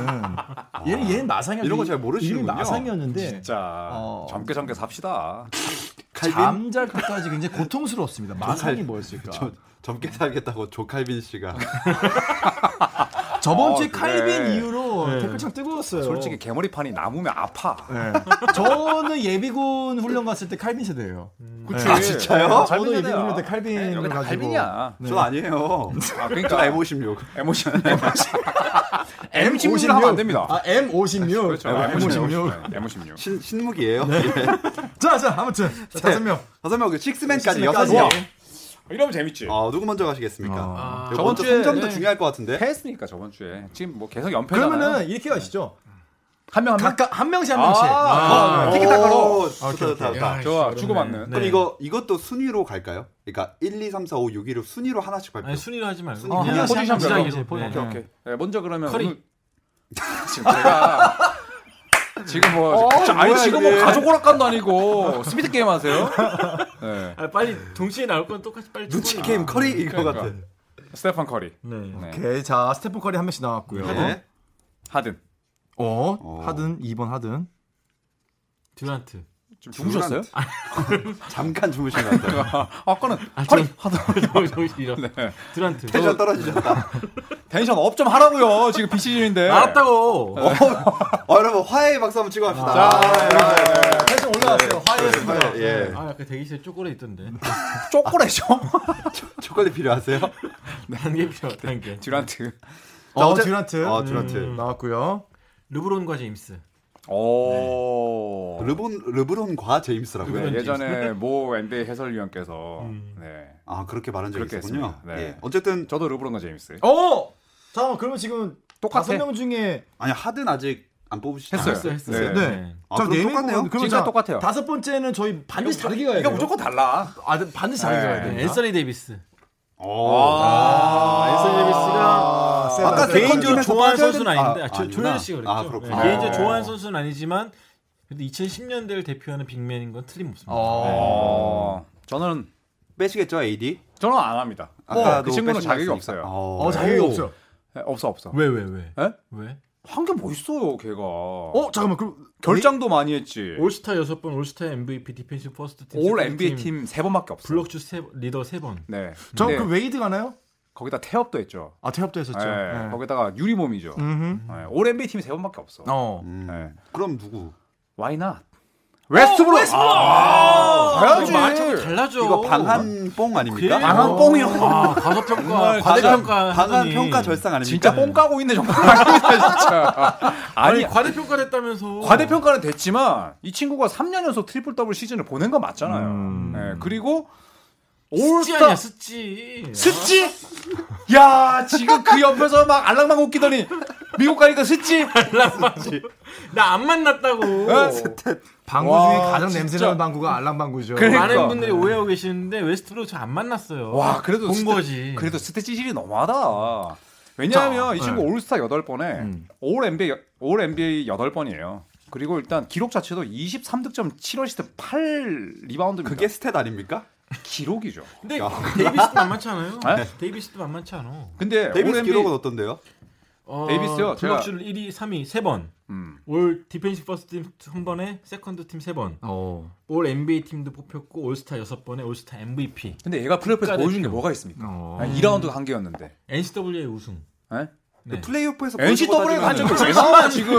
Speaker 3: 얘는 얘는 마상이었는데.
Speaker 2: 이런 거잘 모르시는군요.
Speaker 3: 이름이 마상이었는데.
Speaker 4: 진짜
Speaker 3: 어.
Speaker 4: 젊게 젊게 삽시다.
Speaker 2: 칼빈
Speaker 3: 잠잘 때까지 굉장히 고통스러웠습니다. 마상이 뭐였을까?
Speaker 2: 저, 젊게 살겠다고 조칼빈 씨가
Speaker 3: 저, 번
Speaker 4: 어,
Speaker 3: 주에
Speaker 4: 그래. 네.
Speaker 3: 칼빈 이후로 댓글창 뜨거웠어요.
Speaker 4: 솔직히 개머리판이 남으면 아파.
Speaker 3: 네. 저는 예비군 훈련 갔을 때 칼빈 세대예요.
Speaker 4: 그치?
Speaker 2: 아, 진짜요?
Speaker 3: 저도
Speaker 4: 칼빈
Speaker 3: 예비군
Speaker 4: 세대야.
Speaker 3: 훈련 때 칼빈을
Speaker 4: 네, 여기 다
Speaker 3: 가지고.
Speaker 4: 칼빈이야.
Speaker 2: 저 아니에요.
Speaker 4: 아,
Speaker 2: 저
Speaker 4: 그러니까
Speaker 2: M56.
Speaker 4: 에모션. *laughs* M 신문을 하면 안 됩니다.
Speaker 3: 아, M56.
Speaker 4: 그렇죠. M56. M56.
Speaker 2: 신, 신무기예요.
Speaker 3: 자, 자, 아무튼.
Speaker 4: 네.
Speaker 3: 자, 다섯 명.
Speaker 2: 다섯 명, 그 식스맨까지 여섯
Speaker 3: 식스맨까지.
Speaker 2: 명.
Speaker 4: *laughs* 이러면 재밌지.
Speaker 2: 아 누구 먼저 가시겠습니까?
Speaker 3: 아.
Speaker 2: 이거
Speaker 4: 저번
Speaker 2: 먼저
Speaker 4: 주에-
Speaker 2: 성적도
Speaker 4: 네.
Speaker 2: 중요할 것 같은데.
Speaker 4: 패했으니까 저번 주에 지금 뭐 계속 연패잖아요.
Speaker 3: 그러면은 이렇게 가시죠.
Speaker 4: 한명한 명.
Speaker 3: 각각 한 명씩 한 명씩. 어,
Speaker 4: 아,
Speaker 2: 아,
Speaker 4: 티키타카로.
Speaker 2: 티키타카로. 좋다, 좋다, 좋다.
Speaker 4: 좋아, 주고받는.
Speaker 5: 네.
Speaker 2: 그럼 이거 이것도 순위로 갈까요? 그러니까 1, 2, 3, 4, 5, 6위로 순위로 하나씩 발표.
Speaker 5: 아니, 순위로 하지 말고.
Speaker 2: 순위. 그냥
Speaker 4: 포지션
Speaker 5: 시작이죠.
Speaker 4: 별로.
Speaker 5: 네.
Speaker 4: *laughs* 오케이, 오케이. 네, 먼저 그러면
Speaker 5: 커리.
Speaker 4: 오늘 지금 제가 지금 뭐
Speaker 2: 어,
Speaker 4: 자, 아니
Speaker 2: 뭐야,
Speaker 4: 지금 뭐
Speaker 2: 이게.
Speaker 4: 가족 오락관도 아니고 스피드 게임 하세요? 네.
Speaker 5: 아, 빨리 동시에 나올 건 똑같이 빨리
Speaker 2: 눈치
Speaker 5: 쳐버리자.
Speaker 2: 게임 커리 이거
Speaker 4: 그러니까.
Speaker 2: 같아.
Speaker 4: 스테판 커리.
Speaker 5: 네.
Speaker 4: 네.
Speaker 3: 오케이 자 스테픈 커리 한 명씩 나왔고요.
Speaker 2: 네.
Speaker 4: 하든.
Speaker 3: 어
Speaker 2: 어.
Speaker 3: 하든 2번 하든
Speaker 5: 듀란트.
Speaker 4: 좀 주무셨어요?
Speaker 2: 잠깐 주무신 것 *laughs* 같아요.
Speaker 4: 아까는
Speaker 5: 아,
Speaker 4: 허리
Speaker 5: 좀 정신 잃어. 듀란트.
Speaker 2: 텐션 떨어지셨다.
Speaker 4: 텐션 업 좀 하라고요. 지금 비시즌인데.
Speaker 5: 알았다고.
Speaker 2: 어, 여러분 화해의 박수 한번 치고 갑시다.
Speaker 4: 네,
Speaker 3: 텐션 올라왔어요.
Speaker 2: 아, 예. 예.
Speaker 5: 아, 약간 대기실 쪼그려 있던데.
Speaker 4: 쪼꼬레죠.
Speaker 2: 예. 초콜릿 필요하세요?
Speaker 5: 단계 필요,
Speaker 4: *laughs*
Speaker 5: 단계.
Speaker 4: 듀란트.
Speaker 2: 자,
Speaker 3: 어
Speaker 2: 어째-
Speaker 3: 듀란트
Speaker 2: 어, 듀란트.
Speaker 3: 나왔고요.
Speaker 5: 르브론과 제임스.
Speaker 4: 오.
Speaker 2: 네. 르본 르브론과 제임스라고요.
Speaker 4: 네, 예전에 모 NBA 해설위원께서 네.
Speaker 2: 아 그렇게 말한 적이
Speaker 4: 그렇게
Speaker 2: 있군요.
Speaker 4: 했습니다. 네.
Speaker 2: 예. 어쨌든
Speaker 4: 저도 르브론과 제이미스
Speaker 3: 어 잠깐만 그러면 지금
Speaker 4: 똑같아.
Speaker 3: 다섯 명 중에
Speaker 2: 아니 하든 아직 안 뽑으시죠?
Speaker 4: 했어요.
Speaker 5: 했어요, 했어요.
Speaker 4: 네.
Speaker 3: 네.
Speaker 2: 아,
Speaker 3: 자,
Speaker 2: 그럼
Speaker 3: 네 명은-
Speaker 2: 똑같네요.
Speaker 3: 그러면
Speaker 4: 진짜
Speaker 3: 자,
Speaker 4: 똑같아요.
Speaker 3: 다섯 번째는 저희 반드시 다르게 가야
Speaker 4: 이거
Speaker 3: 돼요.
Speaker 4: 무조건 달라.
Speaker 3: 아 반드시 다르게
Speaker 4: 네.
Speaker 3: 가야
Speaker 5: 네,
Speaker 3: 돼요.
Speaker 5: 앤서니 데이비스.
Speaker 2: 아,
Speaker 3: 앤서니 데이비스가 세다.
Speaker 2: 아까
Speaker 3: 세다.
Speaker 5: 개인적으로
Speaker 2: 그러니까 팀에서
Speaker 5: 좋아하는
Speaker 2: 빠져야
Speaker 5: 선수는
Speaker 2: 된- 아,
Speaker 5: 아닌데 아, 조-
Speaker 2: 아니구나.
Speaker 5: 조현일 씨가 그랬죠.
Speaker 2: 아, 그렇구나.
Speaker 5: 네, 개인적으로
Speaker 4: 아.
Speaker 5: 좋아하는 선수는 아니지만 그래도 2010년대를 대표하는 빅맨인 건 틀림없습니다.
Speaker 4: 어. 저는
Speaker 2: 빼시겠죠 AD?
Speaker 4: 저는 안 합니다.
Speaker 2: 아까도 아.
Speaker 4: 그 친구는
Speaker 2: 빼신
Speaker 4: 자격이
Speaker 2: 말씀
Speaker 4: 없어요.
Speaker 2: 있-
Speaker 3: 어 자격이
Speaker 4: 오.
Speaker 3: 없어요.
Speaker 4: 네, 없어 없어.
Speaker 5: 왜 왜 왜?
Speaker 4: 에?
Speaker 5: 왜?
Speaker 4: 한 게 멋있어요, 걔가.
Speaker 3: 어 잠깐만 그럼
Speaker 4: 결장도 많이 했지.
Speaker 5: 올스타 6번, 올스타 MVP, 디펜시브 퍼스트 팀,
Speaker 4: 올
Speaker 5: 세컨드
Speaker 4: NBA 팀 세 번밖에 없어.
Speaker 5: 블록슛 세, 리더 3번.
Speaker 4: 네.
Speaker 3: 저
Speaker 4: 근데
Speaker 3: 그럼 웨이드 가나요?
Speaker 4: 거기다 태업도 했죠.
Speaker 3: 아 태엽도 했었죠.
Speaker 4: 예,
Speaker 3: 네.
Speaker 4: 거기다가 유리 몸이죠.
Speaker 3: 음흠.
Speaker 4: 예, 올 NBA 팀이 세 번밖에 없어.
Speaker 3: 어.
Speaker 2: 음,
Speaker 4: 네.
Speaker 2: 그럼 누구?
Speaker 4: Why not? 어, 웨스트브룩. 아, 가야지.
Speaker 5: 말이 자꾸 달라져.
Speaker 2: 이거 방한 뽕 아닙니까?
Speaker 5: 그래요.
Speaker 4: 방한 뽕이요.
Speaker 5: 아, 과소평가, 과대평가.
Speaker 2: 과대평가 방한 평가 절상 아닙니까?
Speaker 4: 진짜 뽕 까고 있네 정말. 진짜.
Speaker 5: 아니,
Speaker 4: 아니
Speaker 5: 과대평가 됐다면서.
Speaker 4: 과대평가는 됐지만 이 친구가 3년 연속 트리플 더블 시즌을 보낸 건 맞잖아요. 예, 그리고
Speaker 5: 스지 아니야,
Speaker 4: 올스타
Speaker 5: 스지.
Speaker 4: 스치? 야 지금 그 옆에서 막 알랑망 웃기더니 미국 가니까 스치?
Speaker 5: 나 안 만났다고.
Speaker 4: 어?
Speaker 3: 방구
Speaker 4: 와,
Speaker 3: 중에 가장
Speaker 4: 진짜.
Speaker 3: 냄새나는 방구가 알람 방구죠.
Speaker 4: 그래. 그러니까.
Speaker 5: 많은 분들이 오해하고 계시는데 웨스트로 저 안 만났어요.
Speaker 4: 와 그래도
Speaker 5: 본
Speaker 4: 스탯-
Speaker 5: 거지.
Speaker 4: 그래도 스탯 찌질이 너무하다. 왜냐하면 이 친구 올스타 8번에 올 NBA 여- 올 NBA 8번이에요. 그리고 일단 기록 자체도 23득점 7어시스트 8리바운드입니다.
Speaker 2: 그게 스탯 아닙니까?
Speaker 4: 기록이죠.
Speaker 5: 근데
Speaker 2: 야.
Speaker 5: 데이비스도 만만치 않아요.
Speaker 4: 네?
Speaker 5: 데이비스도 만만치 않아.
Speaker 4: 근데 올
Speaker 2: 데이비스
Speaker 4: NBA
Speaker 2: 기록은 어떤데요? 그
Speaker 5: 어,
Speaker 4: 데이비스요? 제가-
Speaker 5: 블록슛 1위, 3위 3번.
Speaker 4: 음.
Speaker 5: 올 디펜시 퍼스트 팀한 번에 세컨드 팀 3번.
Speaker 3: 어.
Speaker 5: 올 NBA 팀도 뽑혔고 올스타 6번에 올스타 MVP.
Speaker 4: 근데 얘가 플레이오프에서
Speaker 5: 국가대표.
Speaker 4: 보여준 게 뭐가 있습니까?
Speaker 3: 어.
Speaker 4: 아니, 2라운드 한 개였는데.
Speaker 5: NCAA 우승.
Speaker 4: 예?
Speaker 5: 네.
Speaker 2: 플레이오프에서
Speaker 4: NCW에
Speaker 2: 보여주고
Speaker 4: 간적
Speaker 2: 따지면은
Speaker 4: 왜 *laughs* 나와 지금?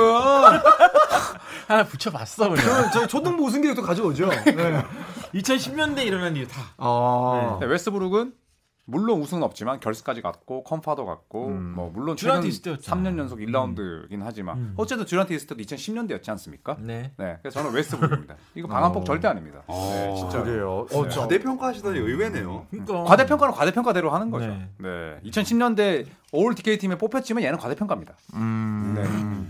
Speaker 5: 하나 붙여봤어 *laughs* 그냥.
Speaker 3: 그럼 저희 초등부 우승 기록도 가져오죠. 네.
Speaker 5: 2010년대 일어난 일 다.
Speaker 3: 어.
Speaker 4: 네, 웨스브룩은 물론 우승은 없지만 결승까지 갔고 컴파도 갔고 뭐 물론 최근
Speaker 5: 듀란트 있을 때였잖아.
Speaker 4: 3년 연속 1라운드이긴 하지만 어쨌든 듀란트 있을 때도 2010년대였지 않습니까?
Speaker 5: 네.
Speaker 4: 네, 그래서 저는 웨스브룩입니다. 이거 방한폭 절대 아닙니다.
Speaker 2: 어,
Speaker 4: 네, 진짜
Speaker 3: 그래요. 어, 저-
Speaker 2: 과대평가하시다니 의외네요.
Speaker 5: 그러니까
Speaker 4: 과대평가는 과대평가대로 하는 거죠. 네.
Speaker 5: 네.
Speaker 4: 2010년대 올 DK 팀에 뽑혔지만 얘는 과대평가입니다.
Speaker 3: 음.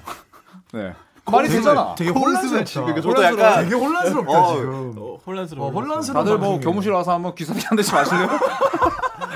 Speaker 4: 네. 말이 되잖아.
Speaker 3: 되게
Speaker 2: 혼란스러워.
Speaker 3: 혼란스럽죠.
Speaker 2: 지금 저도 약간
Speaker 3: 되게 혼란스럽죠
Speaker 2: 어,
Speaker 3: 지금.
Speaker 5: 어, 혼란스러워.
Speaker 3: 어, 혼란스러워.
Speaker 4: 다들 뭐
Speaker 3: 방송이에요.
Speaker 4: 교무실 와서 한번 귀사비 한 대씩 마실래요?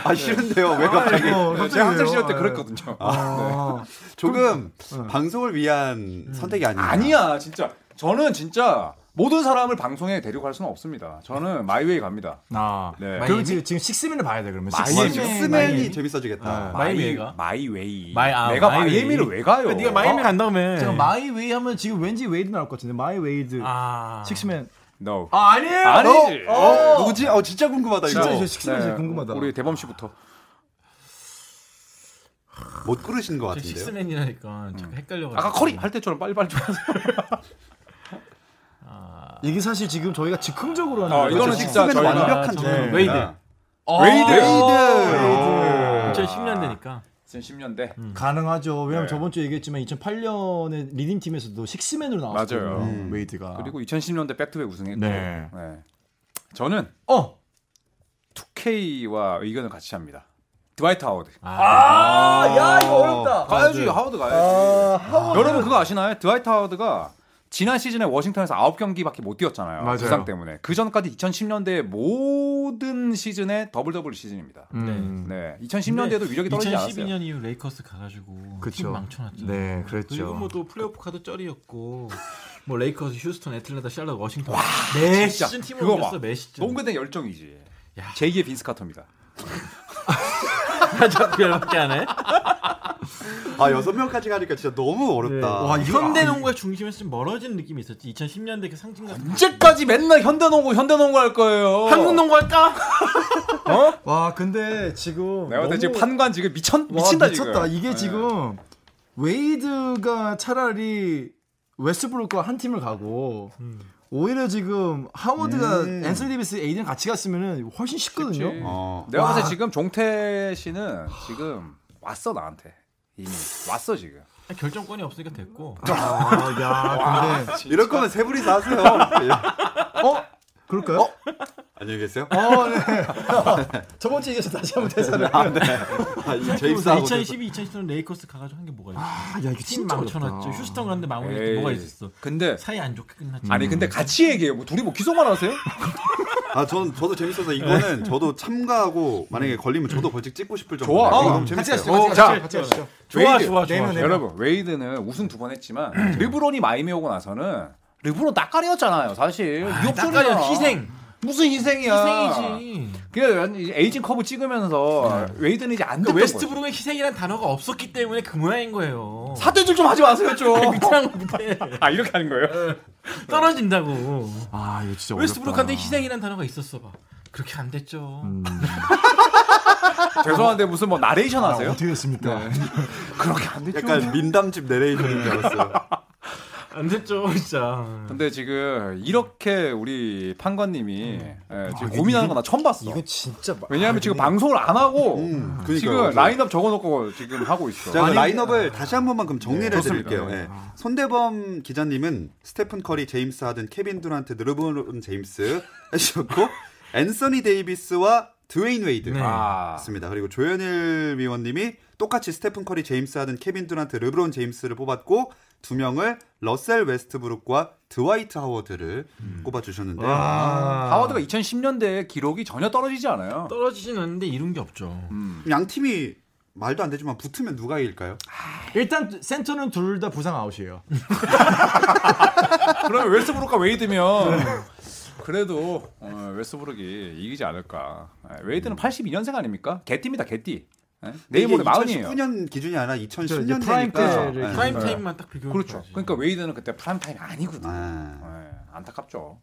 Speaker 2: 아 싫은데요. 왜 갑자기? 네.
Speaker 3: 어,
Speaker 4: 네,
Speaker 3: 갑자기
Speaker 4: 제가 학창 시절
Speaker 3: 왜요?
Speaker 4: 때
Speaker 3: 아,
Speaker 4: 그랬거든요.
Speaker 3: 아.
Speaker 2: 조금 방송을 위한 선택이 아니야.
Speaker 4: 아니야, 진짜. 저는 진짜 모든 사람을 방송에 데리고 갈 수는 없습니다. 저는 마이웨이 갑니다.
Speaker 3: 아.
Speaker 4: 네.
Speaker 3: 그럼 지금 지금 식스맨을 봐야 돼 그러면.
Speaker 4: 마이애미.
Speaker 3: 식스맨.
Speaker 2: 스맨이
Speaker 4: 네.
Speaker 2: 재밌어지겠다.
Speaker 5: 마이- 마이웨이가?
Speaker 4: 마이웨이.
Speaker 5: 마이- 아,
Speaker 4: 내가
Speaker 5: 마이웨이.
Speaker 4: 마이애미를 왜 가요?
Speaker 5: 네가 마이애미 간다며.
Speaker 3: 제가 마이 웨이 하면 지금 왠지 웨이드 나올 것 같은데 마이 웨이드.
Speaker 5: 아.
Speaker 3: 식스맨.
Speaker 5: 어?
Speaker 4: No.
Speaker 3: 아 아니에요.
Speaker 4: 아니지.
Speaker 2: 어, 누구지? 어 진짜 궁금하다 이거.
Speaker 3: 진짜 저 식스맨 진짜 궁금하다.
Speaker 4: 네.
Speaker 3: 어.
Speaker 4: 우리 대범 씨부터.
Speaker 2: 못 고르신 것
Speaker 5: 저
Speaker 2: 같은데요.
Speaker 5: 식스맨이라니까 자꾸 헷갈려가지고.
Speaker 4: 아까 커리 할 때처럼 빨리빨리 좀 *laughs* 하세요.
Speaker 3: 이게 사실 지금 저희가 즉흥적으로 하는
Speaker 4: 어,
Speaker 3: 거예요.
Speaker 4: 이거는
Speaker 3: 지금.
Speaker 4: 진짜
Speaker 2: 식스맨은
Speaker 4: 저희가-
Speaker 2: 완벽한
Speaker 5: 네.
Speaker 2: 정답입니다.
Speaker 5: 웨이드. 어.
Speaker 4: 웨이드.
Speaker 2: 웨이드.
Speaker 5: 2010년대니까.
Speaker 4: 2010년대.
Speaker 3: 가능하죠. 왜냐면
Speaker 4: 네.
Speaker 3: 저번 주에 얘기했지만 2008년에 리딩 팀에서도 식스맨으로 나왔어요.
Speaker 4: 맞아요. 음.
Speaker 3: 웨이드가.
Speaker 4: 그리고 2010년대 백투백 우승했고.
Speaker 3: 네.
Speaker 4: 네. 저는
Speaker 3: 어
Speaker 4: 2K와 의견을 같이 합니다. 드와이트 하워드.
Speaker 3: 아, 야 이거 어렵다. 아,
Speaker 4: 가야지 하워드 가야지. 여러분 그거 아시나요? 드와이트 하워드가 지난 시즌에 워싱턴에서 9경기밖에 못 뛰었잖아요.
Speaker 6: 맞아요.
Speaker 4: 부상 때문에. 그 전까지 2010년대 모든 시즌의 더블 더블 시즌입니다.
Speaker 6: 음.
Speaker 4: 네. 2010년대도 위력이 떨어지지 않았어요.
Speaker 5: 2012년 이후 레이커스 가가지고
Speaker 6: 그쵸.
Speaker 5: 팀 망쳐놨죠.
Speaker 6: 네,
Speaker 5: 그리고
Speaker 3: 그렇죠.
Speaker 6: 그랬죠.
Speaker 5: 뭐 또 플레이오프 카드 쩔이었고 뭐 레이커스, 휴스턴, 애틀랜타, 샬럿, 워싱턴
Speaker 4: 진짜.
Speaker 5: 매 시즌 팀으로
Speaker 4: 그거
Speaker 5: 이겼어
Speaker 4: 봐.
Speaker 5: 매 시즌. *laughs*
Speaker 4: 농구에 대한 열정이지.
Speaker 5: 야.
Speaker 4: 제2의 빈스카터입니다.
Speaker 5: 자꾸 연락이 안 해.
Speaker 2: 아 여섯 명까지 가니까 진짜 너무 어렵다.
Speaker 5: 네.
Speaker 3: 와, 이거
Speaker 5: 현대 농구의 중심에서 좀 멀어진 느낌이 있었지. 2010년대 그 상징 같은.
Speaker 4: 언제까지 맨날 현대농구 현대농구 할 거예요.
Speaker 5: 한국 농구 할까?
Speaker 3: 와 근데 지금
Speaker 4: 내가 볼때
Speaker 3: 너무-
Speaker 4: 지금 판관 지금 미천
Speaker 3: 와,
Speaker 4: 미친다
Speaker 3: 미쳤다.
Speaker 4: 지금.
Speaker 3: 그러니까 이게
Speaker 4: 네.
Speaker 3: 지금 웨이드가 차라리 웨스트브룩과 한 팀을 가고 오히려 지금 하워드가
Speaker 2: 음.
Speaker 3: 앤서니 데이비스 에이든 같이 갔으면 훨씬 쉽거든요.
Speaker 4: 그치.
Speaker 2: 어.
Speaker 4: 내가 봤을
Speaker 3: 와.
Speaker 4: 때 지금 종태 씨는 지금 왔어 나한테 이미 왔어 지금.
Speaker 5: 결정권이 없으니까 됐고.
Speaker 3: 아, 야, 근데
Speaker 2: 이럴 거면 세 분이서 하세요. 예.
Speaker 3: 어 그럴까요? 어,
Speaker 2: 안녕히 계세요.
Speaker 3: 네. 저번 주에 이겨서 다시 한번 대사를.
Speaker 2: 아, 네. 아, 이 제임스하고
Speaker 5: 2012, 2013 레이커스 가가지고 한 게 뭐가 있어?
Speaker 3: 아, 야 이거
Speaker 5: 팀
Speaker 3: 진짜 어렵다.
Speaker 5: 망쳐놨죠. 휴스턴 갔는데 마무리할 때
Speaker 4: 에이.
Speaker 5: 뭐가 있었어?
Speaker 4: 근데
Speaker 5: 사이 안 좋게 끝났지.
Speaker 4: 아니 근데 같이 얘기해요. 뭐 둘이 뭐 기소만 하세요?
Speaker 2: 아, 전 저도 재밌어서 이거는 저도 참가하고 만약에 걸리면 저도 벌칙 찍고 싶을 정도.
Speaker 4: 좋아. 어,
Speaker 2: 너무
Speaker 3: 같이
Speaker 2: 재밌어요.
Speaker 3: 가시죠. 같이
Speaker 4: 어,
Speaker 3: 가시죠.
Speaker 4: 자.
Speaker 3: 같이 가시죠.
Speaker 5: 음. 좋아,
Speaker 4: 웨이드. 네,
Speaker 5: 좋아, 좋아,
Speaker 3: 내면,
Speaker 5: 좋아.
Speaker 3: 내면.
Speaker 4: 여러분 웨이드는 우승 두 번 했지만 르브론이 마이미 오고 나서는 르브론 낙가리였잖아요 사실.
Speaker 5: 딱가야
Speaker 4: 욕설이야.
Speaker 5: 희생.
Speaker 4: 무슨 희생이야?
Speaker 5: 희생이지.
Speaker 4: 그 에이징 커브 찍으면서 웨이드는 이제 안 됐던
Speaker 5: 그러니까
Speaker 4: 거지.
Speaker 5: 웨스트브룩의 희생이란 단어가 없었기 때문에 그 모양인 거예요.
Speaker 4: 사대질 좀 하지 마세요 좀.
Speaker 5: 밑이랑 밑에
Speaker 4: 아 이렇게 하는 거예요?
Speaker 5: 떨어진다고.
Speaker 6: 아, 이거 진짜
Speaker 5: 웨스트브룩한테
Speaker 6: 어렵다.
Speaker 5: 희생이란 단어가 있었어 봐. 그렇게 안 됐죠.
Speaker 4: 음. 죄송한데 무슨 뭐 나레이션 하세요? 네.
Speaker 3: 어떻게 됐습니까?
Speaker 4: *laughs* 그렇게 안 됐죠.
Speaker 2: 약간 민담집 내레이션인 줄 알았어요.
Speaker 5: 안 됐죠, 진짜.
Speaker 4: 근데 지금 이렇게 우리 판관님이 예, 지금 고민하는 거 나 처음 봤어.
Speaker 3: 이거 진짜 마-
Speaker 4: 왜냐하면
Speaker 3: 아,
Speaker 4: 지금
Speaker 3: 근데
Speaker 4: 방송을 안 하고
Speaker 2: 음,
Speaker 4: 지금
Speaker 2: 그러니까요.
Speaker 4: 라인업 적어놓고 지금 하고 있어.
Speaker 2: 제가 라인업을 다시 한 번만 그럼 정리를
Speaker 4: 네, 좋습니다.
Speaker 2: 해드릴게요. 예. 손대범 기자님은 스테픈 커리, 제임스 하든, 케빈 듀란트, 르브론 제임스 *laughs* 해주셨고 앤서니 데이비스와 드웨인 웨이드
Speaker 5: 네.
Speaker 4: 아,
Speaker 2: 맞습니다. 그리고 조현일 위원님이 똑같이 스테픈 커리, 제임스 하든, 케빈 듀란트, 르브론 제임스를 뽑았고 두 명을 러셀 웨스트브룩과 드와이트 하워드를 꼽아주셨는데
Speaker 4: 하워드가 2010년대 기록이 전혀 떨어지지 않아요.
Speaker 5: 떨어지진 않는데 이룬 게 없죠.
Speaker 4: 음.
Speaker 2: 양 팀이 말도 안 되지만 붙으면 누가 이길까요?
Speaker 3: 일단 센터는 둘 다 부상 아웃이에요.
Speaker 4: 그러면 웨스브룩과 웨이드면 그래도 어, 웨스브룩이 이기지 않을까. 예, 웨이드는 82년생 아닙니까? 개띠입니다 개띠. 예? 내일 모레 마흔이에요.
Speaker 2: 2019년 기준이 아니라
Speaker 3: 그렇죠, 이제
Speaker 2: 2010년
Speaker 3: 프라임
Speaker 2: 되니까.
Speaker 3: 때를
Speaker 2: 예.
Speaker 5: 프라임 타임만 딱 비교해
Speaker 4: 네. 그렇죠. 그러니까 웨이드는 그때 프라임 타임 아니구나.
Speaker 2: 아.
Speaker 4: 예, 안타깝죠.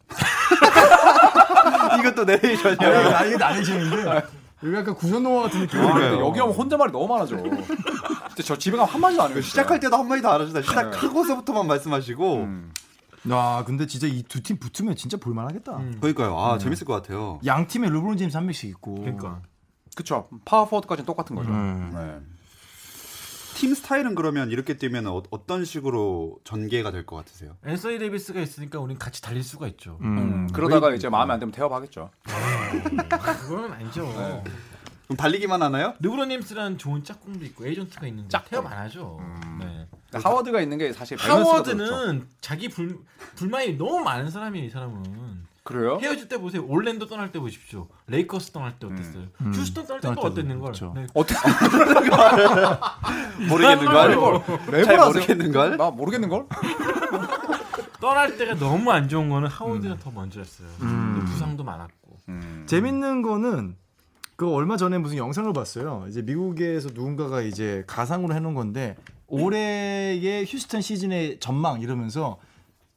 Speaker 2: 이것도 내레이션이야.
Speaker 3: 아, 이게 나뉘시는데 여기 약간 구전동화 같은 느낌.
Speaker 4: 아, 근데
Speaker 2: 그러니까요.
Speaker 4: 여기 오면 혼잣말이 너무 많아져. 근데 저 집에 가면 한마디도 안 해요. 진짜.
Speaker 2: 시작할 때도 한마디도 안 하시다. 시작하고서부터만 말씀하시고.
Speaker 4: 음.
Speaker 3: 야, 근데 진짜 이 두 팀 붙으면 진짜 볼만하겠다.
Speaker 2: 그러니까요. 아, 재밌을 것 같아요.
Speaker 3: 양 팀에 르브론 제임스 한 명씩 있고.
Speaker 5: 그러니까.
Speaker 4: 그쵸. 파워포워드까지는 똑같은 거죠.
Speaker 3: 음.
Speaker 4: 네.
Speaker 2: 팀 스타일은 그러면 이렇게 뛰면 어, 어떤 식으로 전개가 될 것 같으세요?
Speaker 5: 앤서니 데이비스가 있으니까 우린 같이 달릴 수가 있죠.
Speaker 4: 음, 그러다가 이제 마음에 안 들면 태업하겠죠.
Speaker 5: 그거는 아니죠.
Speaker 4: 네.
Speaker 2: 그럼 달리기만 하나요?
Speaker 5: 르브론 님스라는 좋은 짝꿍도 있고 에이전트가 있는데
Speaker 4: 짝꿍.
Speaker 5: 태업 안 하죠. 네.
Speaker 4: 근데 하워드가 있는 게 사실 밸런스가 그렇죠.
Speaker 5: 하워드는 자기 불, 불만이 너무 많은 사람이에요, 이 사람은.
Speaker 4: 그래요?
Speaker 5: 헤어질 때 보세요. 올랜도 떠날 때 보십시오. 레이커스 떠날 때 어땠어요? 휴스턴 음. 떠날 때 또
Speaker 3: 떠날 때도
Speaker 5: 어땠는 걸.
Speaker 3: 그렇죠.
Speaker 5: 네.
Speaker 4: 어떻게
Speaker 5: *laughs*
Speaker 2: 모르겠는 걸. 잘 모르겠는 걸.
Speaker 4: 나 모르겠는 걸?
Speaker 5: 떠날 때가 너무 안 좋은 거는 하워드가 더 먼저였어요. 부상도 많았고.
Speaker 2: 음.
Speaker 3: 재밌는 거는 그 얼마 전에 무슨 영상을 봤어요. 이제 미국에서 누군가가 이제 가상으로 해놓은 건데 올해의 휴스턴 시즌의 전망 이러면서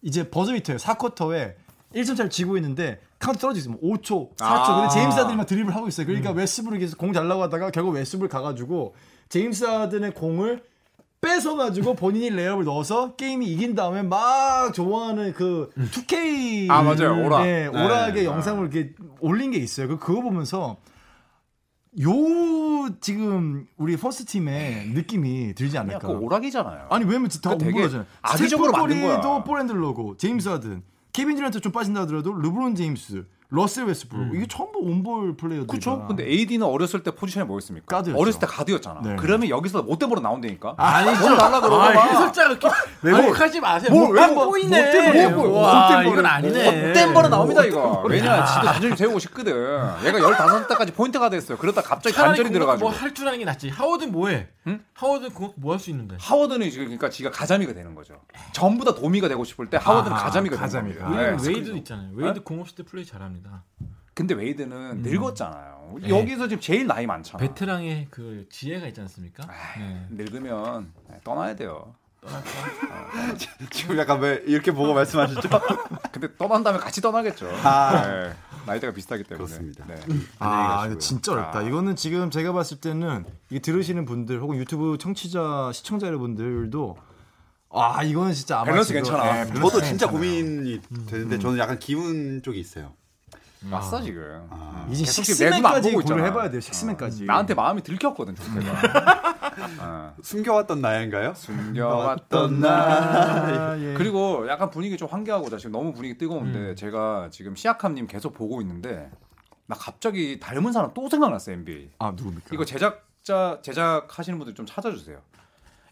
Speaker 3: 이제 버즈비터예요. 4쿼터에 1점차를 지고 있는데 카운트 떨어져 있으면 5초, 4초.
Speaker 4: 아.
Speaker 3: 근데 제임스 하든이 막 드립을 하고 있어요. 그러니까 웨스브룩이 공 잘라고 하다가 결국 웨스브룩 가가지고 제임스 하든의 공을 뺏어가지고 본인이 레이업을 넣어서 게임이 이긴 다음에 막 좋아하는 그 2K
Speaker 4: 아, 맞아요. 오락. 네.
Speaker 3: 네, 오락의
Speaker 4: 아.
Speaker 3: 영상을 이렇게 올린 게 있어요. 그- 그거 보면서 요 지금 우리 퍼스트 팀의 느낌이 들지
Speaker 4: 그냥
Speaker 3: 않을까?
Speaker 4: 그 오락이잖아요.
Speaker 3: 아니 왜냐면 다
Speaker 4: 그거 되게
Speaker 3: 오버잖아요.
Speaker 4: 악의적으로 만든 거야.
Speaker 3: 도 포랜드 로고, 제임스 하든, 케빈 듀란트 좀 빠진다 하더라도 르브론 제임스, 러셀 웨스브룩
Speaker 5: 음.
Speaker 3: 이게 전부 온볼 플레이어들.
Speaker 4: 그렇죠. 근데 AD는 어렸을 때 포지션이 뭐였습니까?
Speaker 3: 가드였죠.
Speaker 4: 어렸을 때 가드였잖아.
Speaker 3: 네.
Speaker 4: 그러면 여기서 못된 버로 나온다니까.
Speaker 3: 아니죠.
Speaker 4: 뭘 달라 그러고 막.
Speaker 5: 해설자가 이렇게 왜곡하지 마세요.
Speaker 4: 뭘 왜곡-
Speaker 5: 못 보이네.
Speaker 4: 못된 거, 못된
Speaker 5: 와,
Speaker 4: 거를.
Speaker 5: 이건 아니네.
Speaker 4: 못된 버로 나옵니다 이거. 왜냐 지도 자존심 세우고 싶거든. 얘가 15대까지 포인트가 됐어요. 그러다 갑자기
Speaker 5: 차라리
Speaker 4: 반전이
Speaker 5: 들어가지고
Speaker 4: 들어가지고.
Speaker 5: 뭐할 줄 아는 게 낫지. 하워드 뭐해?
Speaker 4: 응?
Speaker 5: 하워드 그거 뭐 할 수 있는데?
Speaker 4: 하워드는 지금 그러니까 지가 가자미가 되는 거죠. 전부 다 도미가 되고 싶을 때 하워드는
Speaker 3: 아하,
Speaker 4: 가자미가
Speaker 3: 가자미가.
Speaker 4: 되는 거예요.
Speaker 5: 웨이드,
Speaker 4: 네.
Speaker 5: 웨이드 있잖아요. 어? 웨이드 공 없을 때 플레이 잘합니다.
Speaker 4: 근데 웨이드는 늙었잖아요. 여기서 지금 제일 나이 많잖아.
Speaker 5: 베테랑의 그 지혜가 있지 않습니까? 네.
Speaker 4: 늙으면 네, 떠나야 돼요.
Speaker 2: 지금 약간 왜 이렇게 보고 말씀하시죠?
Speaker 4: 근데 떠난 다음에 같이 떠나겠죠.
Speaker 2: 아.
Speaker 4: 네. 나이대가 비슷하기 때문에.
Speaker 2: 그렇습니다.
Speaker 4: 네.
Speaker 3: 아,
Speaker 2: 가시고요.
Speaker 3: 이거 진짜 어렵다.
Speaker 4: 아.
Speaker 3: 이거는 지금 제가 봤을 때는 이 들으시는 분들 혹은 유튜브 청취자 시청자 여러분들도 아 이거는 진짜 아마
Speaker 4: 밸런스
Speaker 3: 지금-
Speaker 4: 괜찮아.
Speaker 3: 예,
Speaker 2: 저도
Speaker 3: 밸런스
Speaker 2: 진짜
Speaker 3: 괜찮아요.
Speaker 2: 고민이 되는데 저는 약간 기운 쪽이 있어요.
Speaker 4: 왔어 지금.
Speaker 2: 아.
Speaker 3: 이제
Speaker 4: 음. 계속 지금
Speaker 3: 식스맨까지
Speaker 4: 내눈 안 보고
Speaker 3: 고를
Speaker 4: 있잖아.
Speaker 3: 해봐야 돼요. 식스맨까지.
Speaker 4: 나한테 마음이 들켰거든 주태가.
Speaker 3: *laughs*
Speaker 4: 어,
Speaker 2: 숨겨왔던 나인가요?
Speaker 4: 숨겨왔던 나. *laughs* 그리고 약간 분위기 좀 환기하고자 지금 너무 분위기
Speaker 3: 음.
Speaker 4: 뜨거운데 제가 지금 시아캄님 계속 보고 있는데 나 갑자기 닮은 사람 또 생각났어 NBA.
Speaker 3: 아 누굽니까?
Speaker 4: 이거 제작자 제작하시는 분들 좀 찾아주세요.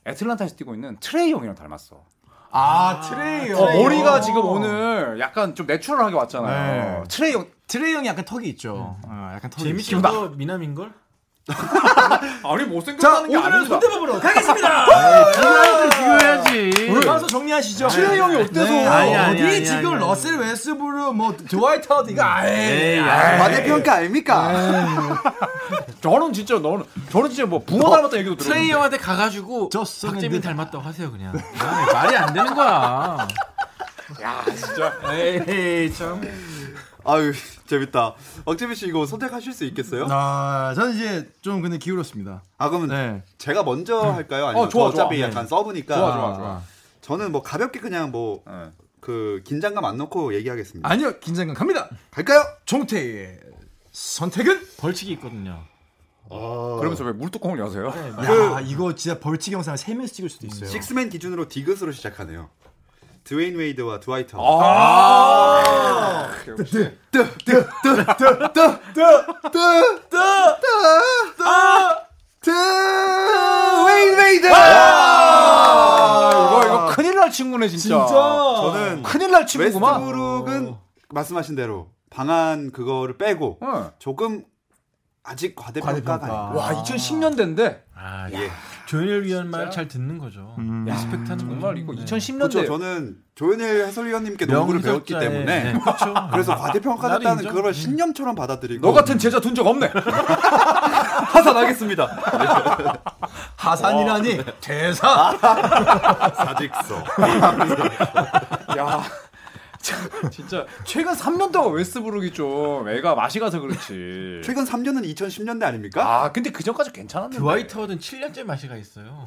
Speaker 4: 애틀란타에서 뛰고 있는 트레이 형이랑 닮았어.
Speaker 3: 아 트레이 형.
Speaker 4: 어, 머리가 지금 오늘 약간 좀 내추럴하게 왔잖아요.
Speaker 3: 네.
Speaker 4: 트레이 형
Speaker 3: 트레이 형이 약간 턱이 있죠.
Speaker 4: 음.
Speaker 3: 어, 약간 턱이
Speaker 5: 재밌게
Speaker 3: 있어요.
Speaker 5: 더 미남인 걸?
Speaker 4: 아니 못생겼다는 게
Speaker 3: 오늘은
Speaker 4: 아닙니다.
Speaker 3: 손대법으로 가겠습니다.
Speaker 5: 비교해야지.
Speaker 3: 가서 정리하시죠. 트레이 형이 어때서?
Speaker 5: 네, 아니, 아니,
Speaker 3: 어디
Speaker 5: 아니,
Speaker 3: 지금
Speaker 5: 아니,
Speaker 3: 러셀 웨스브룩 뭐 드와이트 하워드 이거 아예.
Speaker 2: 과대평가 아닙니까?
Speaker 4: 저는 진짜 너는 저는 진짜 뭐 붕어 닮았다 얘기도 들었는데.
Speaker 5: 트레이 형한테 가가지고
Speaker 3: 저 쓰는
Speaker 5: 박재민
Speaker 3: 듯.
Speaker 5: 닮았다고 하세요 그냥. 아이, 말이 안 되는 거야.
Speaker 4: 야 진짜.
Speaker 5: 에이 참.
Speaker 2: 아유 재밌다. 박재민 씨 이거 선택하실 수 있겠어요?
Speaker 3: *laughs* 아, 저는 이제 좀 근데 기울었습니다.
Speaker 2: 아 그러면
Speaker 3: 네.
Speaker 2: 제가 먼저 할까요? 아니면
Speaker 4: 어, 좋아,
Speaker 2: 저 어차피
Speaker 4: 좋아.
Speaker 2: 약간 서브니까
Speaker 4: 좋아 좋아 좋아.
Speaker 2: 저는 뭐 가볍게 그냥
Speaker 4: 네.
Speaker 2: 뭐 그 긴장감 안 넣고 얘기하겠습니다.
Speaker 3: 아니요, 긴장감 갑니다.
Speaker 2: 갈까요?
Speaker 3: 종태의 선택은?
Speaker 5: 벌칙이 있거든요.
Speaker 4: 어. 그러면서 왜 물뚜껑을 여세요?
Speaker 3: 야, 이거 진짜 벌칙 영상을 3명에서 찍을 수도
Speaker 4: 네.
Speaker 3: 있어요.
Speaker 2: 식스맨 기준으로 디귿으로 시작하네요. 드웨인 웨이드와 드와이트. 하워드.
Speaker 4: 아.
Speaker 2: 드웨인 웨이드.
Speaker 4: 아, 이거 이거 큰일 날 친구네 진짜.
Speaker 2: 저는
Speaker 4: 아. 큰일 날 친구구만.
Speaker 2: 웨스트브룩은 말씀하신 대로 방안 그거를 빼고
Speaker 4: 응.
Speaker 2: 조금 아직 과대평가가
Speaker 3: 과대평가.
Speaker 2: 아닌가.
Speaker 4: 와 2010년대인데
Speaker 5: 아
Speaker 2: 예.
Speaker 5: 조현일 위원 말 잘 듣는 거죠. 음. 리스펙트하는
Speaker 4: 정말 이거
Speaker 5: 거죠. 네.
Speaker 4: 2010년대.
Speaker 2: 그렇죠. 저는 조현일 해설위원님께 농구를 배웠기
Speaker 5: 명설자의-
Speaker 2: 때문에
Speaker 5: 네, 그렇죠.
Speaker 2: *laughs* 그래서
Speaker 5: 나도
Speaker 2: 과대평가됐다는
Speaker 5: 인정.
Speaker 2: 그걸 신념처럼 받아들이고
Speaker 4: 너 같은 제자 둔 적 없네. *laughs*
Speaker 2: 파산하겠습니다.
Speaker 3: 하산이라니 대사.
Speaker 2: 사직서.
Speaker 4: 야. 참, 진짜 최근 3년 동안 웨스브룩이 좀 애가 맛이 가서 그렇지.
Speaker 2: *laughs* 최근 3년은 2010년대 아닙니까?
Speaker 4: 아 근데 그 전까지 괜찮았는데.
Speaker 5: 드와이트 워든 7년째 맛이가 있어요.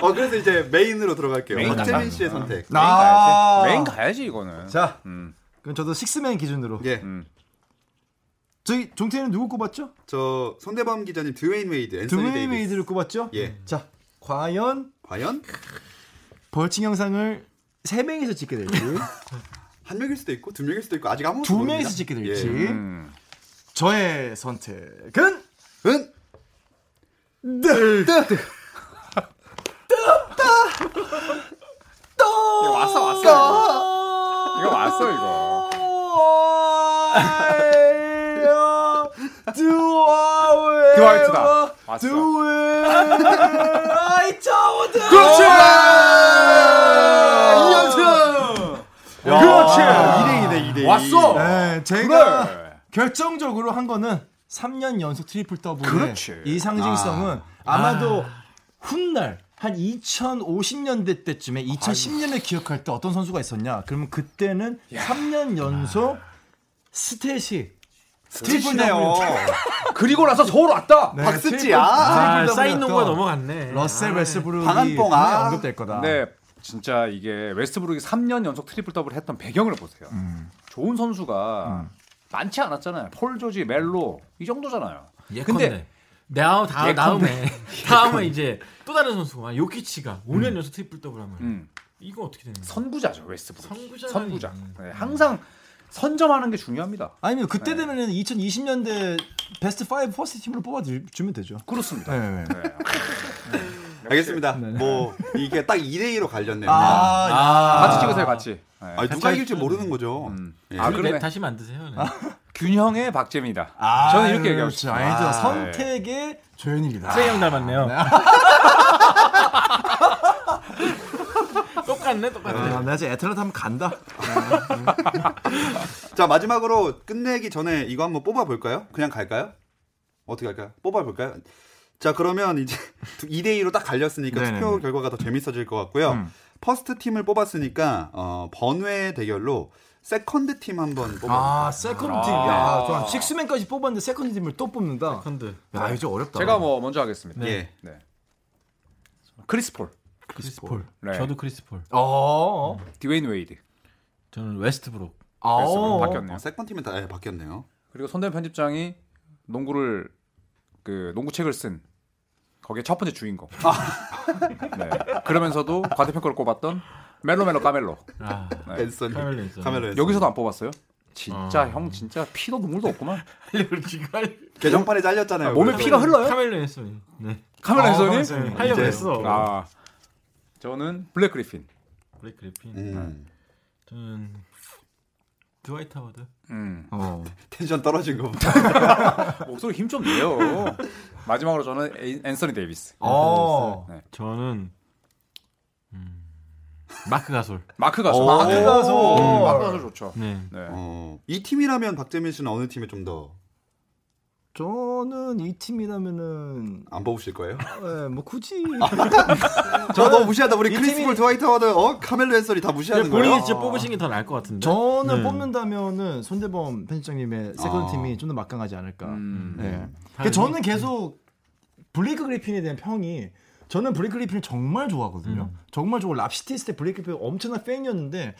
Speaker 2: 어 그래서 이제 메인으로 들어갈게요.
Speaker 4: 메인
Speaker 2: 박재민
Speaker 4: 나가는
Speaker 2: 씨의 선택.
Speaker 4: 메인
Speaker 3: 아.
Speaker 4: 가야지. 메인 가야지 이거는.
Speaker 3: 자,
Speaker 4: 음.
Speaker 3: 그럼 저도 식스맨 기준으로.
Speaker 2: 예,
Speaker 4: 음.
Speaker 3: 저희 종태는 누구 꼽았죠?
Speaker 2: 저 손대범 기자님 드웨인 웨이드, 앤서니
Speaker 3: 드웨이
Speaker 2: 데이비스.
Speaker 3: 메이드를 꼽았죠?
Speaker 2: 예.
Speaker 3: 자, 과연
Speaker 2: 과연
Speaker 3: 벌칙 영상을 3명에서 찍게
Speaker 4: *laughs*
Speaker 3: 될지,
Speaker 2: 한 명일 수도 있고 두 명일 수도 있고 아직 아무도
Speaker 3: 2명에서 찍게 될지.
Speaker 2: 예.
Speaker 4: 음.
Speaker 3: 저의 선택은
Speaker 2: 은
Speaker 4: 이거 왔어 왔어. 이거, 이거 왔어 이거.
Speaker 3: 드와이트다.
Speaker 4: 어, 드와이트다. 왔어.
Speaker 3: 드와이트 하워드.
Speaker 4: 그렇지.
Speaker 2: 그렇지. 2대 2대 2대.
Speaker 4: 왔어.
Speaker 3: 네, 제가
Speaker 4: 그래.
Speaker 3: 결정적으로 한 거는 3년 연속 트리플 더블의
Speaker 4: 그렇지.
Speaker 3: 이 상징성은 아. 마도 훗날 한 2050년대 때쯤에 2010년을 기억할 때 어떤 선수가 있었냐? 그러면 그때는 3년 연속 스탯이 트리플
Speaker 2: 요
Speaker 3: 더블.
Speaker 4: 그리고 나서 서울 왔다.
Speaker 3: 네,
Speaker 2: 박스지야.
Speaker 5: 아,
Speaker 3: 트리플 더블이었던
Speaker 5: 사인 농구가 넘어갔네.
Speaker 3: 러셀
Speaker 5: 아,
Speaker 3: 웨스브룩이
Speaker 2: 방한뽕,
Speaker 3: 분명히
Speaker 2: 아.
Speaker 3: 언급될 거다.
Speaker 4: 근데 진짜 이게 웨스트브룩이 3년 연속 트리플 더블 했던 배경을 보세요. 좋은 선수가 많지 않았잖아요. 폴 조지, 멜로 이 정도잖아요.
Speaker 5: 예컨대.
Speaker 4: 근데-
Speaker 5: 다음 다음
Speaker 4: 예컨대.
Speaker 5: 다음에 다음에 이제 또 다른 선수가 요키치가 5년 연속 트리플 더블 하면
Speaker 4: 음.
Speaker 5: 이거 어떻게 되는 거야?
Speaker 4: 선구자죠 웨스트브룩.
Speaker 5: 선구자라니.
Speaker 4: 선구자. 네, 항상 선점하는 게 중요합니다.
Speaker 3: 아니면 그때
Speaker 4: 네.
Speaker 3: 되면은 2020년대 베스트 5 퍼스트 팀으로 뽑아 주면 되죠.
Speaker 4: 그렇습니다.
Speaker 3: 네, 네.
Speaker 4: 네.
Speaker 2: 네. 알겠습니다. 뭐 이게 딱 2대 2로 갈렸네요. 아,
Speaker 3: 아,
Speaker 4: 같이 찍으세요, 같이. 네.
Speaker 2: 누가 이길지 모르는 거죠.
Speaker 4: 음.
Speaker 2: 예.
Speaker 4: 아,
Speaker 5: 그
Speaker 4: 그러네.
Speaker 5: 다시 만드세요. 네.
Speaker 4: 균형의 박재입니다.
Speaker 3: 아,
Speaker 4: 저는 이렇게 얘기하고
Speaker 3: 그렇죠.
Speaker 4: 싶어요.
Speaker 3: 아니죠.
Speaker 4: 아,
Speaker 3: 선택의 조연입니다.
Speaker 5: 세이 형 닮았네요. *laughs* 똑같네, 똑같네.
Speaker 3: 아, 나 이제 애틀란타 한번 간다.
Speaker 2: 자 마지막으로 끝내기 전에 이거 한번 뽑아 볼까요? 그냥 갈까요? 어떻게 할까요? 뽑아 볼까요? 자 그러면 이제 *laughs* 2대 2로 딱 갈렸으니까
Speaker 3: 네네네.
Speaker 2: 투표 결과가 더 재밌어질 것 같고요. 퍼스트 팀을 뽑았으니까 어, 번외 대결로 세컨드 팀 한번 뽑아.
Speaker 3: 아, 세컨드 팀.
Speaker 4: 아.
Speaker 3: 야, 좋아. 식스맨까지 뽑았는데 세컨드 팀을 또 뽑는다.
Speaker 5: 컨드.
Speaker 3: 야, 이거 좀 어렵다.
Speaker 4: 제가 뭐 먼저 하겠습니다.
Speaker 2: 네. 예.
Speaker 4: 네. 크리스폴,
Speaker 5: 크리스폴.
Speaker 4: 네.
Speaker 5: 저도 크리스폴.
Speaker 3: 어.
Speaker 4: 디웨인 웨이드.
Speaker 5: 저는 웨스트브룩.
Speaker 3: 아,
Speaker 4: 크리스폴
Speaker 3: 어.
Speaker 4: 바뀌었네요.
Speaker 2: 어, 세컨 팀은 다 예, 바뀌었네요.
Speaker 4: 그리고 손대 편집장이 농구를 그 농구책을 쓴 거기에 첫 번째 주인공. *laughs* 네. 그러면서도 과대평가를 꼽았던 멜로멜로 까멜로.
Speaker 5: 아,
Speaker 4: 네.
Speaker 2: 앤서니
Speaker 5: 카멜로 앤서니.
Speaker 2: 카멜로 앤서니.
Speaker 4: 여기서도 안 뽑았어요. 진짜 형 진짜 피도 눈물도 없구만.
Speaker 5: 하려고 지금 하려고.
Speaker 2: 개정판에 잘렸잖아요.
Speaker 4: 몸에
Speaker 2: 그래서.
Speaker 4: 피가 흘러요?
Speaker 5: 카멜로 앤서니. 네.
Speaker 4: 카메라
Speaker 3: 아,
Speaker 4: 해설님.
Speaker 3: 선생님.
Speaker 5: 하려고
Speaker 2: 이제-
Speaker 5: 했어.
Speaker 4: 아 저는 블랙 그리핀.
Speaker 5: 블랙 그리핀.
Speaker 2: 음,
Speaker 5: 저는 드와이트 하워드.
Speaker 4: 음.
Speaker 3: 어.
Speaker 2: 텐션 떨어진 거.
Speaker 4: 목소리 힘 좀 내요. 마지막으로 저는 앤- 앤서니 데이비스.
Speaker 3: 어.
Speaker 4: 네.
Speaker 5: 저는 음, 마크 가솔.
Speaker 4: 마크 가수.
Speaker 2: 오.
Speaker 4: 마크 가수.
Speaker 3: 음.
Speaker 4: 마크 가수 좋죠. *laughs*
Speaker 5: 네.
Speaker 4: 네.
Speaker 2: 어, 이 팀이라면 박재민 씨는 어느 팀에 좀 더 안
Speaker 3: 저는 이 팀이라면은
Speaker 2: 뽑으실
Speaker 3: *laughs*
Speaker 2: 거예요?
Speaker 3: 예, 뭐 굳이
Speaker 2: 저 너무 무시하다. 우리
Speaker 3: 이
Speaker 2: 크리스폴
Speaker 3: 팀이- 네,
Speaker 2: 드와이트 하워드, 어 카멜로 앤서니 다 무시하는 거예요?
Speaker 5: 본인이 직접 뽑으신 게 더 나을 것 같은데.
Speaker 3: *laughs* 저는
Speaker 5: 네.
Speaker 3: 뽑는다면은 손대범 편집장님의 세컨
Speaker 2: 아.
Speaker 3: 팀이 좀 더 막강하지 않을까.
Speaker 4: 음.
Speaker 3: 네.
Speaker 5: 다행히.
Speaker 3: 저는 계속 블레이크 그리핀에 대한 평이 저는 블레이크 그리핀을 정말 좋아하거든요. 정말 좋고 랍시티 있을 때 블레이크 그리핀 엄청난 팬이었는데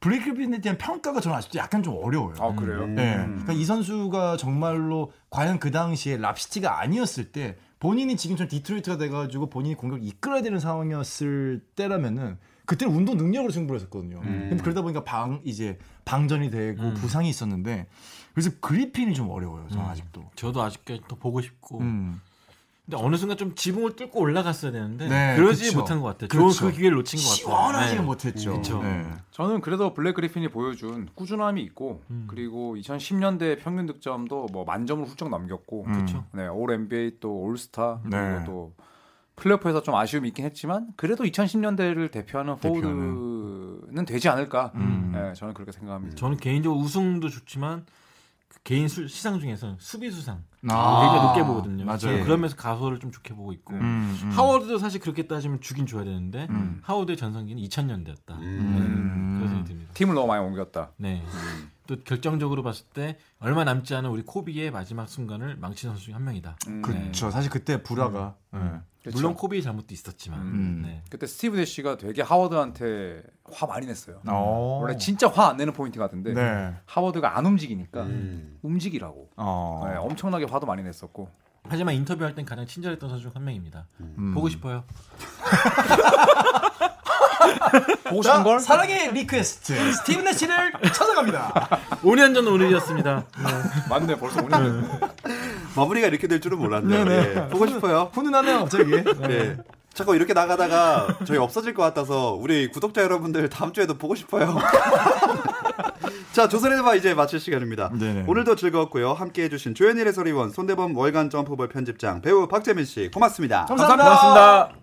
Speaker 3: 블레이크 그리핀에 대한 평가가 저는 아직도 약간 좀 어려워요.
Speaker 4: 아 그래요.
Speaker 3: 네. 그러니까 이 선수가 정말로 과연 그 당시에 랍시티가 아니었을 때 본인이 지금처럼 디트로이트가 돼가지고 본인이 공격을 이끌어야 되는 상황이었을 때라면은 그때는 운동 능력으로 승부를 했었거든요. 근데 그러다 보니까 방 이제 방전이 되고 부상이 있었는데 그래서 그리핀이 좀 어려워요. 저는 아직도.
Speaker 5: 저도 아직까지 더 보고 싶고.
Speaker 3: 음.
Speaker 5: 근데 어느 순간 좀 지붕을 뚫고 올라갔어야 되는데
Speaker 3: 네,
Speaker 5: 그러지
Speaker 3: 그쵸.
Speaker 5: 못한 것 같아요.
Speaker 3: 그렇죠.
Speaker 5: 좋은 그 기회를 놓친 것 같아요.
Speaker 3: 시원하지는
Speaker 5: 네.
Speaker 3: 못했죠.
Speaker 5: 그쵸.
Speaker 3: 네.
Speaker 4: 저는 그래도 블랙 그리핀이 보여준 꾸준함이 있고 그리고 2010년대 평균 득점도 뭐 만점을 훌쩍 넘겼고
Speaker 3: 그쵸.
Speaker 4: 네, 올 NBA 또 올스타
Speaker 3: 네.
Speaker 4: 그리고 또 플레이오프에서 좀 아쉬움이 있긴 했지만 그래도 2010년대를 대표하는 포워드는 되지 않을까. 네, 저는 그렇게 생각합니다.
Speaker 5: 저는 개인적으로 우승도 좋지만 그 개인 수- 시상 중에서 수비 수상
Speaker 3: 아.
Speaker 5: 굉장히 높게 보거든요.
Speaker 3: 맞아요. 네.
Speaker 5: 저는 그러면서 가소를 좀 좋게 보고 있고
Speaker 3: 음, 음.
Speaker 5: 하워드도 사실 그렇게 따지면 주긴 줘야 되는데 하워드의 전성기는 2000년대였다.
Speaker 3: 음.
Speaker 5: 네,
Speaker 2: 음.
Speaker 5: 그런 생각이 듭니다.
Speaker 4: 팀을 너무 많이 옮겼다.
Speaker 5: 네. 또 결정적으로 봤을 때 얼마 남지 않은 우리 코비의 마지막 순간을 망친 선수 중 한 명이다.
Speaker 4: 음, 네.
Speaker 3: 그렇죠. 사실 그때 불화가
Speaker 4: 그렇죠.
Speaker 5: 물론 코비의 잘못도 있었지만.
Speaker 3: 음.
Speaker 5: 네.
Speaker 4: 그때 스티브 대시가 되게 하워드한테 화 많이 냈어요.
Speaker 3: 네. 어.
Speaker 4: 원래 진짜 화 안 내는 포인트 같은데
Speaker 3: 네.
Speaker 4: 하워드가 안 움직이니까
Speaker 2: 음.
Speaker 4: 움직이라고
Speaker 3: 어.
Speaker 4: 네, 엄청나게 화도 많이 냈었고
Speaker 5: 하지만 인터뷰할 땐 가장 친절했던 선수 중 한 명입니다.
Speaker 3: 음.
Speaker 5: 보고 *laughs* 싶어요.
Speaker 4: 보고 싶은 걸
Speaker 3: 사랑의 리퀘스트 스티븐 내시를
Speaker 5: *laughs*
Speaker 3: 찾아갑니다.
Speaker 5: 5년 전 오늘이었습니다.
Speaker 4: 맞네 벌써 5년 됐네
Speaker 2: 마무리가 이렇게 될 줄은 몰랐네요.
Speaker 3: 네네.
Speaker 2: 예, 보고 싶어요.
Speaker 3: 훈훈하네요 갑자기. *laughs*
Speaker 2: 예. 자꾸 이렇게 나가다가 저희 없어질 것 같아서 우리 구독자 여러분들 다음 주에도 보고 싶어요. *laughs* 자, 조선의 바 이제 마칠 시간입니다.
Speaker 3: 네네.
Speaker 2: 오늘도 즐거웠고요. 함께 해주신 조현일의 서리원, 손대범 월간 점프볼 편집장, 배우 박재민 씨, 고맙습니다.
Speaker 3: 감사합니다.
Speaker 4: 고맙습니다